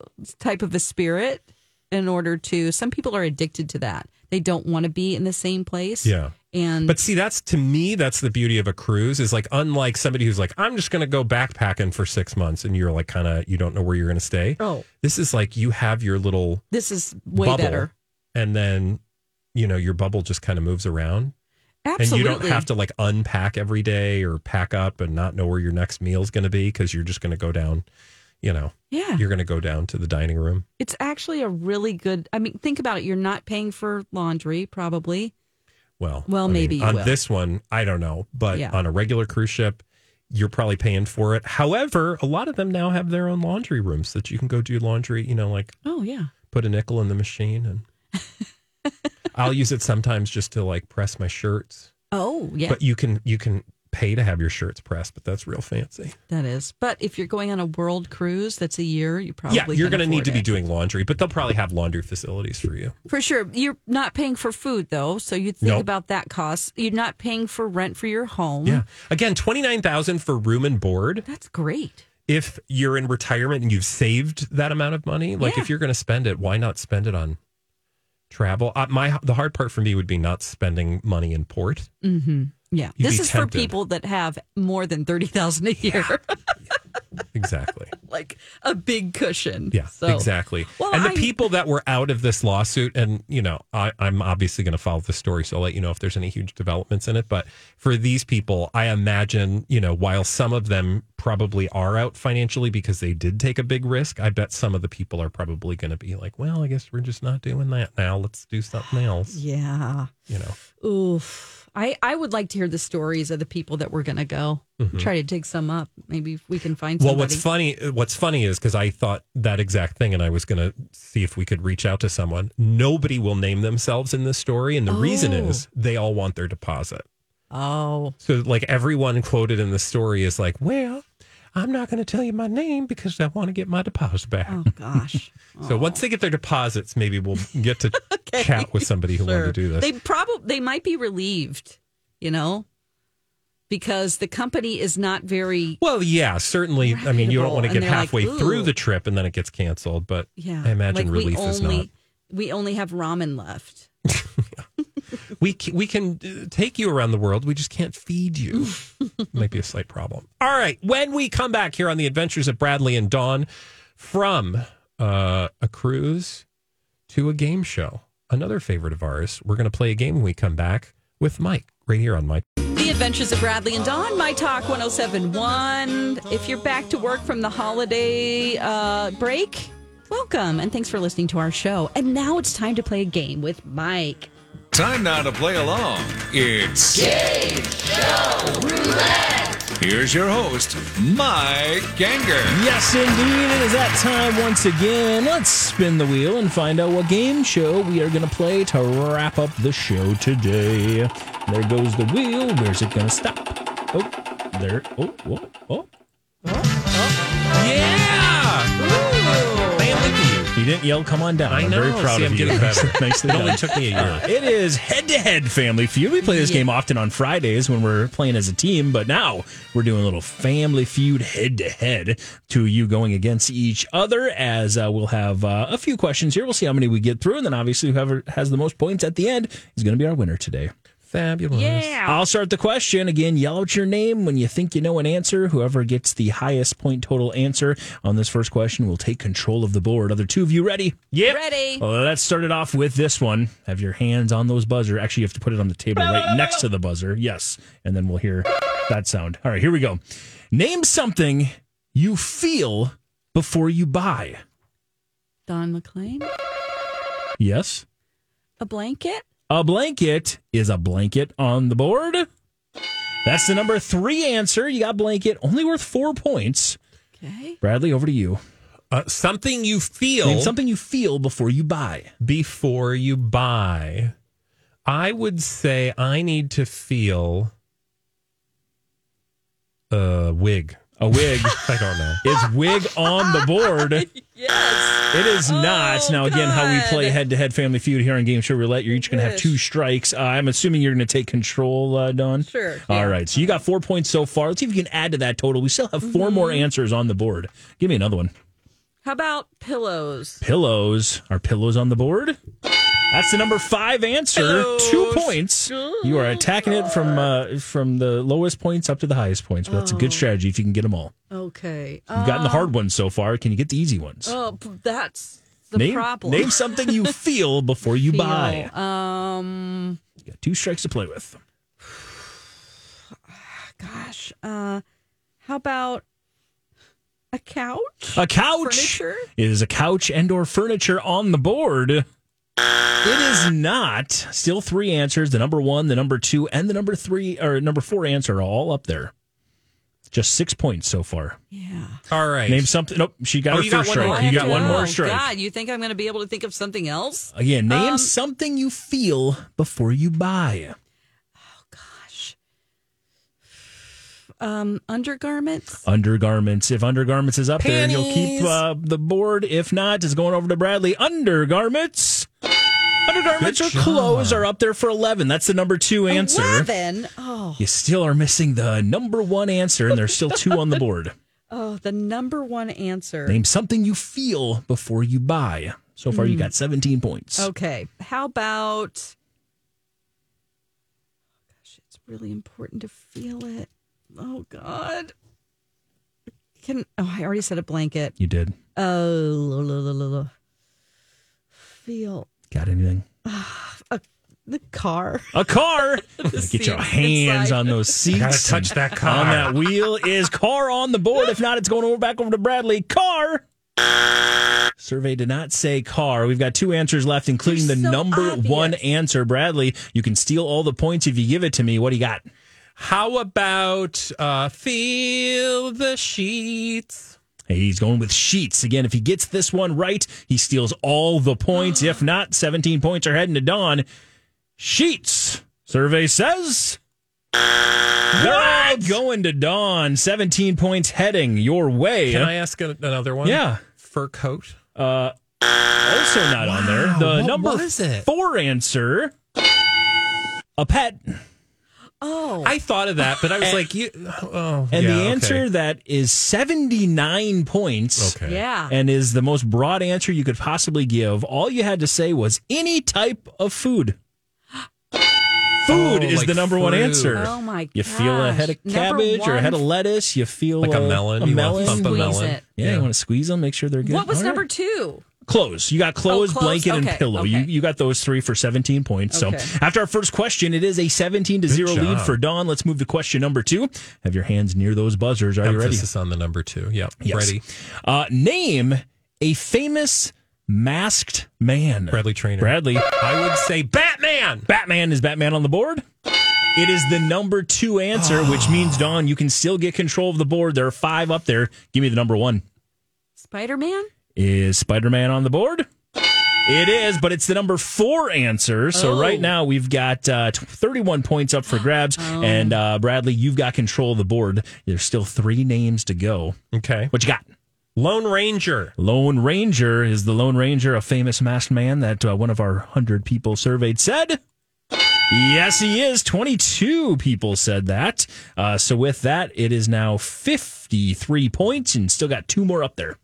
Speaker 1: uh, type of a spirit in order to some people are addicted to that. They don't want to be in the same place.
Speaker 3: Yeah.
Speaker 1: And
Speaker 3: But see, that's to me, that's the beauty of a cruise is like, unlike somebody who's like, I'm just going to go backpacking for six months and you're like, kind of, you don't know where you're going to stay.
Speaker 1: oh,
Speaker 3: This is like, you have your little
Speaker 1: this is way
Speaker 3: bubble,
Speaker 1: better.
Speaker 3: And then, you know, your bubble just kind of moves around.
Speaker 1: Absolutely.
Speaker 3: And you don't have to like unpack every day or pack up and not know where your next meal's going to be because you're just going to go down, you know,
Speaker 1: Yeah.
Speaker 3: you're going to go down to the dining room.
Speaker 1: It's actually a really good I mean, think about it. You're not paying for laundry probably.
Speaker 3: Well,
Speaker 1: Well,
Speaker 3: I mean,
Speaker 1: maybe you
Speaker 3: on
Speaker 1: will.
Speaker 3: this one, I don't know, but
Speaker 1: Yeah.
Speaker 3: on a regular cruise ship, you're probably paying for it. However, a lot of them now have their own laundry rooms that you can go do laundry, you know, like
Speaker 1: Oh yeah.
Speaker 3: put a nickel in the machine and I'll use it sometimes just to like press my shirts.
Speaker 1: Oh yeah.
Speaker 3: But you can you can pay to have your shirts pressed, but that's real fancy.
Speaker 1: That is. But if you're going on a world cruise that's a year, you probably
Speaker 3: yeah, you're
Speaker 1: can
Speaker 3: going to need
Speaker 1: afford
Speaker 3: to be
Speaker 1: it.
Speaker 3: doing laundry, but they'll probably have laundry facilities for you.
Speaker 1: for sure. You're not paying for food though, so you think
Speaker 3: Nope.
Speaker 1: about that cost. You're not paying for rent for your home.
Speaker 3: Yeah. Again, 29,000 for room and board.
Speaker 1: That's great.
Speaker 3: If you're in retirement and you've saved that amount of money, like
Speaker 1: Yeah.
Speaker 3: if you're going to spend it, why not spend it on travel? Uh, my the hard part for me would be not spending money in port.
Speaker 1: Yeah.
Speaker 3: You'd
Speaker 1: this
Speaker 3: be
Speaker 1: is for
Speaker 3: tempted.
Speaker 1: people that have more than 30,000 a year.
Speaker 3: Exactly.
Speaker 1: like a big cushion.
Speaker 3: Yeah,
Speaker 1: So-
Speaker 3: exactly.
Speaker 1: Well,
Speaker 3: and the
Speaker 1: I-
Speaker 3: people that were out of this lawsuit, and you know, I, I'm obviously going to follow the story, so I'll let you know if there's any huge developments in it. But for these people, I imagine, you know, while some of them probably are out financially because they did take a big risk, I bet some of the people are probably going to be like, well, I guess we're just not doing that now. Let's do something else,
Speaker 1: Yeah.
Speaker 3: you know.
Speaker 1: Oof. I, I would like to hear the stories of the people that were going to go. Try to dig some up. Maybe if we can find
Speaker 3: Mm-hmm. Well,
Speaker 1: somebody.
Speaker 3: what's funny? What's funny is because I thought that exact thing, and I was going to see if we could reach out to someone. Nobody will name themselves in this story, and the reason
Speaker 1: Oh.
Speaker 3: is they all want their deposit.
Speaker 1: oh.
Speaker 3: So, like everyone quoted in the story is like, "Well, I'm not going to tell you my name because I want to get my deposit back."
Speaker 1: Oh gosh.
Speaker 3: So once they get their deposits, maybe we'll get to chat with somebody who wanted to do this.
Speaker 1: They probably they might be relieved, you know. because the company is not very
Speaker 3: Well, yeah, certainly. I mean, you don't want
Speaker 1: Reputable.
Speaker 3: to get
Speaker 1: And they're like,
Speaker 3: halfway
Speaker 1: "Ooh."
Speaker 3: through the trip and then it gets canceled, but
Speaker 1: yeah.
Speaker 3: I imagine
Speaker 1: like,
Speaker 3: relief
Speaker 1: we
Speaker 3: is
Speaker 1: only
Speaker 3: not.
Speaker 1: we only have ramen left.
Speaker 3: We can, we can uh, take you around the world. We just can't feed you. Might be a slight problem. All right. When we come back here on the adventures of Bradley and Dawn from uh, a cruise to a game show, another favorite of ours, we're going to play a game when we come back with Mike right here on Mike.
Speaker 1: The Adventures of Bradley and Dawn, My Talk 1071. If you're back to work from the holiday uh, break, welcome and thanks for listening to our show. And now it's time to play a game with Mike.
Speaker 4: Time now to play along. It's Game Show Roulette. Here's your host, Mike Ganger.
Speaker 2: Yes, indeed. It is that time once again. Let's spin the wheel and find out what game show we are going to play to wrap up the show today. There goes the wheel. Where's it going to stop? Oh, there. Oh, oh, oh.
Speaker 3: Yeah. Man, look at you.
Speaker 2: He didn't yell, come on down.
Speaker 3: I
Speaker 2: I'm very
Speaker 3: know.
Speaker 2: proud
Speaker 3: See,
Speaker 2: of
Speaker 3: I'm
Speaker 2: you.
Speaker 3: getting better.
Speaker 2: Nicely
Speaker 3: It
Speaker 2: done.
Speaker 3: only took me a year.
Speaker 2: It is head to head family feud. We play this game often on Fridays when we're playing as a team, but now we're doing a little family feud head to head to you going against each other. As uh, we'll have uh, a few questions here. We'll see how many we get through. And then obviously, whoever has the most points at the end is going to be our winner today.
Speaker 3: Fabulous.
Speaker 2: I'll start the question again. Yell out your name when you think you know an answer. Whoever gets the highest point total answer on this first question will take control of the board. Other two of you ready? Yep.
Speaker 1: Ready.
Speaker 2: Well, let's start it off with this one. Have your hands on those buzzer. Actually, you have to put it on the table right next to the buzzer. Yes, and then we'll hear that sound. All right, here we go. Name something you feel before you buy.
Speaker 1: Don McLean,
Speaker 2: Yes.
Speaker 1: a blanket.
Speaker 2: A blanket is a blanket on the board. That's the number three answer. You got blanket, only worth four points.
Speaker 1: Okay.
Speaker 2: Bradley, over to you.
Speaker 3: Uh, something you feel
Speaker 1: Oh.
Speaker 2: Name something you feel before you buy.
Speaker 3: before you buy. I would say I need to feel a wig.
Speaker 2: A wig.
Speaker 3: I don't know.
Speaker 2: it's wig on the board.
Speaker 1: Yes.
Speaker 2: It is not.
Speaker 1: Oh,
Speaker 2: Now, again, how we
Speaker 1: God.
Speaker 2: play head to head family feud here on Game Show Roulette, you're each going to have
Speaker 1: Yes.
Speaker 2: two strikes. Uh, I'm assuming you're going to take control, uh, Don.
Speaker 1: Sure, yeah.
Speaker 2: All right. So you got four points so far. Let's see if you can add to that total. We still have 4
Speaker 1: Mm-hmm.
Speaker 2: more answers on the board. Give me another one.
Speaker 1: How about pillows?
Speaker 2: Pillows. Are pillows on the board? That's the number five answer. Two points. You are attacking it from uh, from the lowest points up to the highest points, but that's a
Speaker 1: Oh.
Speaker 2: good strategy if you can get them all.
Speaker 1: Okay.
Speaker 2: You've gotten the hard ones so far. Can you get the easy ones?
Speaker 1: Oh, p- that's the
Speaker 2: name,
Speaker 1: problem.
Speaker 2: name something you feel before you buy.
Speaker 1: Feel. Um,
Speaker 2: You got two strikes to play with.
Speaker 1: gosh. Uh, how about a couch?
Speaker 2: A couch
Speaker 1: Furniture?
Speaker 2: is a couch and or furniture on the board. It is not. Still three answers. The number one, the number two, and the number three or number four answer are all up there. Just six points so far.
Speaker 1: Yeah.
Speaker 3: All right.
Speaker 2: Name something. Nope, she got
Speaker 3: Oh,
Speaker 2: her
Speaker 3: you got
Speaker 2: first
Speaker 3: one more.
Speaker 2: strike. You
Speaker 3: I
Speaker 2: got
Speaker 3: have to
Speaker 2: one
Speaker 3: go.
Speaker 2: more Uh,
Speaker 1: Oh,
Speaker 2: strike.
Speaker 1: God, you think I'm going to be able to think of something else?
Speaker 2: Again, name
Speaker 3: Um,
Speaker 2: something you feel before you buy.
Speaker 1: Gosh. Um, undergarments.
Speaker 2: Undergarments. If undergarments is up there, you'll keep
Speaker 3: Panties.
Speaker 2: uh, the board. If not, it's going over to Bradley. Undergarments. Undergarments
Speaker 3: Good
Speaker 2: or clothes are up there for 11. That's the number two answer.
Speaker 1: Eleven. Oh,
Speaker 2: You still are missing the number one answer, and there's still two on the board.
Speaker 1: oh, the number one answer.
Speaker 2: Name something you feel before you buy. So far,
Speaker 3: Hmm.
Speaker 2: you got 17 points.
Speaker 3: Oh.
Speaker 1: Okay. How about? Gosh, it's really important to feel it. Oh God. Can oh, I already said a blanket.
Speaker 2: You did.
Speaker 1: Oh, lo, lo, lo, lo, lo. feel
Speaker 2: Got anything?
Speaker 1: the car.
Speaker 2: A car. Get your
Speaker 1: seat
Speaker 2: hands
Speaker 1: inside.
Speaker 2: on those seats.
Speaker 3: Gotta touch that car.
Speaker 2: on that wheel is car on the board. If not, it's going over back over to Bradley. Car. Survey did not say car. We've got two answers left, including the
Speaker 1: so
Speaker 2: number
Speaker 1: obvious.
Speaker 2: one answer. Bradley, you can steal all the points if you give it to me. What do you got?
Speaker 3: How about uh, feel the sheets?
Speaker 2: He's going with sheets again. If he gets this one right, he steals all the points. if not, seventeen points are heading to Dawn. Sheets. Survey says. They're all going to Dawn. 17 points heading your way.
Speaker 3: Can I ask a- another one?
Speaker 2: Yeah.
Speaker 3: Fur coat.
Speaker 2: Uh, also not on there. The
Speaker 3: what
Speaker 2: number
Speaker 3: was it?
Speaker 2: four answer. A pet.
Speaker 1: Oh,
Speaker 3: I thought of that, but I was like, you. Oh,
Speaker 2: And
Speaker 3: yeah,
Speaker 2: the
Speaker 3: okay.
Speaker 2: answer that is 79 points
Speaker 3: Okay.
Speaker 1: yeah.
Speaker 2: and is the most broad answer you could possibly give. All you had to say was any type of food. Food
Speaker 3: Oh,
Speaker 2: is
Speaker 3: like
Speaker 2: the number one
Speaker 3: fruit.
Speaker 2: answer.
Speaker 1: oh my.
Speaker 2: You feel a
Speaker 1: gosh.
Speaker 2: head of
Speaker 1: Number
Speaker 2: cabbage or a
Speaker 1: one,
Speaker 2: head of lettuce. You feel
Speaker 3: Like a melon.
Speaker 2: A
Speaker 3: You wanna
Speaker 2: melon.
Speaker 3: thump a
Speaker 1: Squeeze
Speaker 3: melon.
Speaker 1: it.
Speaker 2: Yeah, you want to squeeze them, make sure they're good.
Speaker 1: What was
Speaker 2: All
Speaker 1: number
Speaker 2: right.
Speaker 1: two?
Speaker 2: Clothes. You got clothes,
Speaker 1: Oh, clothes?
Speaker 2: blanket,
Speaker 1: Okay,
Speaker 2: and pillow. You
Speaker 1: okay.
Speaker 2: you got those three for 17 points.
Speaker 1: Okay.
Speaker 2: So after our first question, it is a 17 to 0 lead
Speaker 3: job.
Speaker 2: for Dawn. Let's move to question number two. Have your hands near those buzzers. Are you ready?
Speaker 3: Emphasis on the number two. Yep.
Speaker 2: Yes.
Speaker 3: Ready.
Speaker 2: Uh, name a famous masked man.
Speaker 3: Bradley Trainer.
Speaker 2: Bradley.
Speaker 3: I would say Batman.
Speaker 2: Batman is Batman on the board. It is the number two answer, which means Dawn, you can still get control of the board. There are five up there. Give me the number one.
Speaker 1: Spider Man.
Speaker 2: Is Spider Man on the board? It is, but it's the number four answer. So
Speaker 1: Oh.
Speaker 2: right now we've got uh, t- 31 points up for grabs. And uh, Bradley, you've got control of the board. There's still three names to go.
Speaker 3: Okay.
Speaker 2: What you got?
Speaker 3: Lone Ranger.
Speaker 2: Lone Ranger is the Lone Ranger, a famous masked man that uh, one of our 100 people surveyed said. Yes, he is. 22 people said that. Uh, so with that, it is now 53 points and still got two more up there.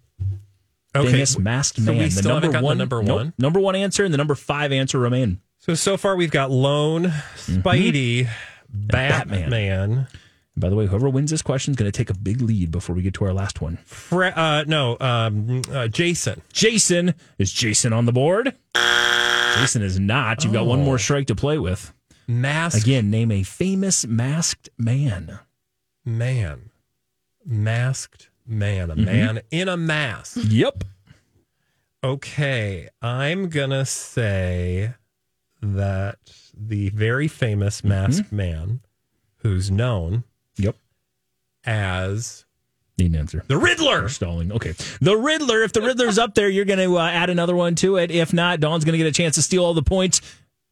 Speaker 3: Okay.
Speaker 2: Famous masked
Speaker 3: so
Speaker 2: man.
Speaker 3: we still haven't gotten the number
Speaker 2: nope,
Speaker 3: one?
Speaker 2: number one answer and the number five answer remain.
Speaker 3: So so far we've got Lone, Spidey, Batman,
Speaker 2: And by the way, whoever wins this question is going to take a big lead before we get to our last one.
Speaker 3: Fre- uh, no, um, uh, Jason.
Speaker 2: Jason. Is Jason on the board? Jason is not. You've got one
Speaker 3: Oh.
Speaker 2: more strike to play with.
Speaker 3: Masked
Speaker 2: Again, name a famous masked man.
Speaker 3: man. Masked man. A man in a mask.
Speaker 2: Yep.
Speaker 3: Okay, I'm gonna say that the very famous masked man, who's known
Speaker 2: Yep.
Speaker 3: as
Speaker 2: Need an answer.
Speaker 3: the Riddler,
Speaker 2: Stalling. Okay. The Riddler. If the Riddler's up there, you're going to uh, add another one to it. If not, Dawn's going to get a chance to steal all the points.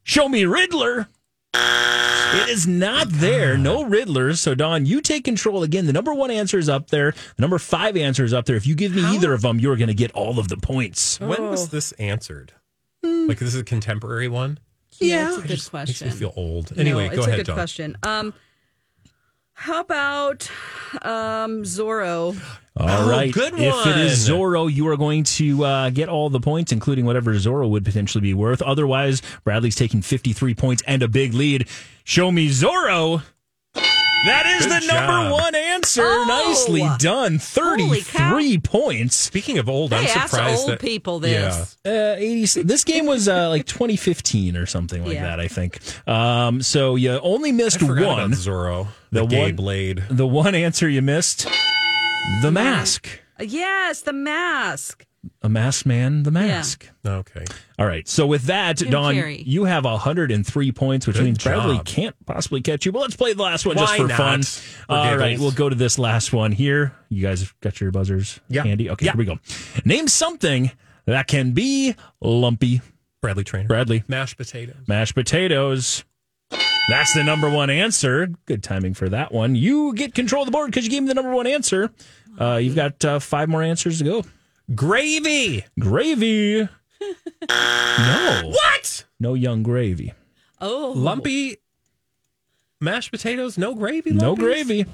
Speaker 2: Show me Riddler. It is not there. No Riddlers. So, Dawn, you take control again. The number one answer is up there. The number five answer is up there. If you give me either of them, you're going to get all of the points.
Speaker 3: When was this answered? Like this is a contemporary one.
Speaker 1: Yeah, it's a
Speaker 3: It
Speaker 1: good
Speaker 3: just makes
Speaker 1: question.
Speaker 3: me feel old.
Speaker 1: No,
Speaker 3: Anyway, go
Speaker 1: it's a
Speaker 3: ahead,
Speaker 1: good
Speaker 3: Don.
Speaker 1: question. Um, how about um Zorro?
Speaker 2: All
Speaker 3: Oh,
Speaker 2: right.
Speaker 3: good
Speaker 2: If it is
Speaker 3: one.
Speaker 2: Zorro, you are going to uh, get all the points, including whatever Zorro would potentially be worth. Otherwise, Bradley's taking 53 points and a big lead. Show me Zorro. That is
Speaker 3: Good
Speaker 2: the
Speaker 3: job.
Speaker 2: number one answer.
Speaker 1: Oh.
Speaker 2: Nicely done.
Speaker 1: Holy cow.
Speaker 2: 33 points.
Speaker 3: Speaking of old, I'm
Speaker 1: They ask
Speaker 3: surprised
Speaker 1: old
Speaker 3: that
Speaker 1: people
Speaker 3: Yeah.
Speaker 1: this.
Speaker 2: Uh, 80, this game was uh, like 2015 or something like
Speaker 1: Yeah.
Speaker 2: that, I think. Um, so you only missed
Speaker 3: I forgot
Speaker 2: one.
Speaker 3: about Zorro,
Speaker 2: The
Speaker 3: the, gay
Speaker 2: one-
Speaker 3: blade.
Speaker 2: The one answer you missed The Mask.
Speaker 1: Yes, the mask.
Speaker 2: A masked man, the mask.
Speaker 3: Okay,
Speaker 2: All right. So with that,
Speaker 1: Jim
Speaker 2: Don,
Speaker 1: Carrey.
Speaker 2: you have 103 points, which
Speaker 3: Good
Speaker 2: means Bradley
Speaker 3: job.
Speaker 2: can't possibly catch you. But let's play the last one just
Speaker 3: Why
Speaker 2: for
Speaker 3: not?
Speaker 2: fun.
Speaker 3: For
Speaker 2: All right,
Speaker 3: giggles.
Speaker 2: we'll go to this last one here. You guys have got your buzzers
Speaker 3: Yeah.
Speaker 2: handy. Okay,
Speaker 3: Yeah.
Speaker 2: here we go. Name something that can be lumpy.
Speaker 3: Bradley Trainer,
Speaker 2: Bradley,
Speaker 3: mashed potatoes.
Speaker 2: mashed potatoes. That's the number one answer. Good timing for that one. You get control of the board because you gave me the number one answer. Uh, you've got uh, five more answers to go.
Speaker 3: Gravy.
Speaker 2: Gravy. no.
Speaker 3: What?
Speaker 2: No young gravy.
Speaker 1: Oh,
Speaker 3: Lumpy mashed potatoes. No gravy.
Speaker 2: No
Speaker 3: lumpies?
Speaker 2: gravy.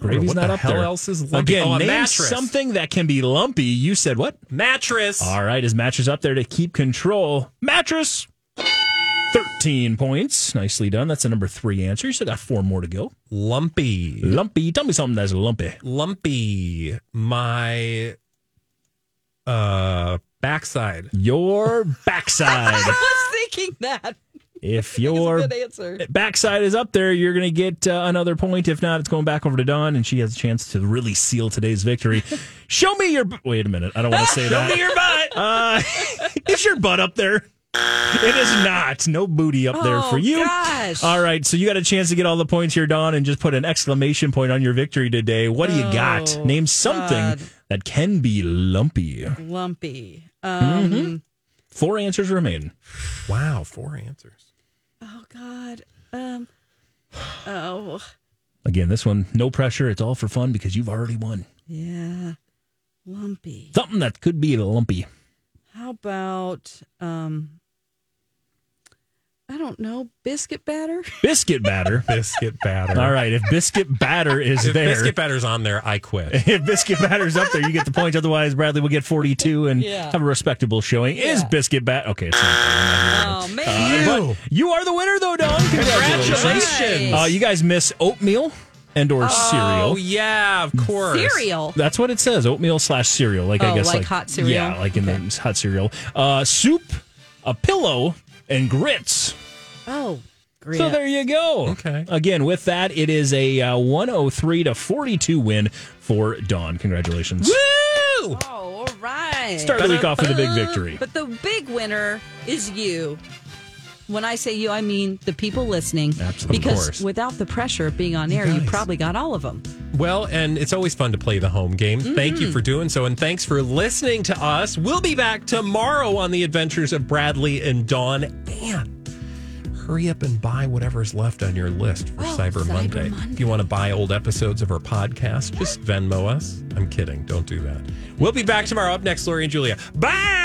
Speaker 2: Gravy's
Speaker 3: What
Speaker 2: not
Speaker 3: the
Speaker 2: up
Speaker 3: hell
Speaker 2: there.
Speaker 3: else is lumpy?
Speaker 2: Again,
Speaker 3: Oh, a
Speaker 2: name
Speaker 3: mattress.
Speaker 2: something that can be lumpy. You said what?
Speaker 3: Mattress.
Speaker 2: All right, his mattress up there to keep control. Mattress. 13 points. Nicely done. That's the number three answer. You still got four more to go.
Speaker 3: Lumpy.
Speaker 2: Lumpy. Tell me something that's lumpy.
Speaker 3: Lumpy. My uh backside.
Speaker 2: Your
Speaker 1: I
Speaker 2: backside.
Speaker 1: was thinking that.
Speaker 2: if
Speaker 1: Or,
Speaker 2: your
Speaker 1: good answer.
Speaker 2: backside is up there, you're going to get uh, another point. If not, it's going back over to Dawn, and she has a chance to really seal today's victory. Show me your. b- Wait a minute. I don't want to say that.
Speaker 3: Show me your butt.
Speaker 2: Uh, is your butt up there? It is not. No booty up there
Speaker 1: Oh,
Speaker 2: for you.
Speaker 1: gosh.
Speaker 2: All right, so you got a chance to get all the points here, Don, and just put an exclamation point on your victory today. What do you got?
Speaker 1: Oh,
Speaker 2: Name something
Speaker 1: God.
Speaker 2: that can be lumpy.
Speaker 1: Lumpy. Um,
Speaker 3: Mm-hmm.
Speaker 2: Four answers remain.
Speaker 3: wow, four answers.
Speaker 1: Oh God. Um. Oh
Speaker 2: Again, this one, no pressure. It's all for fun because you've already won.
Speaker 1: yeah. Lumpy.
Speaker 2: Something that could be lumpy.
Speaker 1: How about um? I don't know, biscuit batter?
Speaker 2: Biscuit batter.
Speaker 3: Biscuit batter.
Speaker 2: All right, if biscuit batter is
Speaker 3: If
Speaker 2: there,
Speaker 3: biscuit batter's on there, I quit.
Speaker 2: if biscuit batter's up there, you get the points. Otherwise, Bradley will get 42 and
Speaker 1: Yeah.
Speaker 2: have a respectable showing. Is biscuit bat okay? It's not
Speaker 1: Oh, man.
Speaker 2: but you are the winner, though, Don. Congratulations!
Speaker 1: Congratulations.
Speaker 2: Uh, you guys miss oatmeal and or
Speaker 3: Oh
Speaker 2: cereal.
Speaker 3: yeah, of course.
Speaker 1: Cereal.
Speaker 2: That's what it says: oatmeal slash cereal. Like I
Speaker 1: Oh,
Speaker 2: guess
Speaker 1: like hot cereal?
Speaker 2: Yeah, like in the hot cereal. Uh, soup, a pillow, and grits.
Speaker 1: Oh, great.
Speaker 2: So there you go.
Speaker 3: Okay.
Speaker 2: Again, with that, it is a uh, 103 to 42 win for Dawn. Congratulations.
Speaker 3: Woo!
Speaker 1: Oh, all right.
Speaker 2: Start the week off with a big victory.
Speaker 1: But the big winner is you. When I say you, I mean the people listening.
Speaker 2: Absolutely. Of
Speaker 1: Because
Speaker 2: course.
Speaker 1: without the pressure of being on air, you probably got all of them.
Speaker 3: Well, and it's always fun to play the home game. Thank you for doing so, and thanks for listening to us. We'll be back tomorrow on the adventures of Bradley and Dawn. And hurry up and buy whatever's left on your list for Cyber, Monday. If you want to buy old episodes of our podcast, just Venmo us. I'm kidding. Don't do that. We'll be back tomorrow. Up next, Lori and Julia. Bye.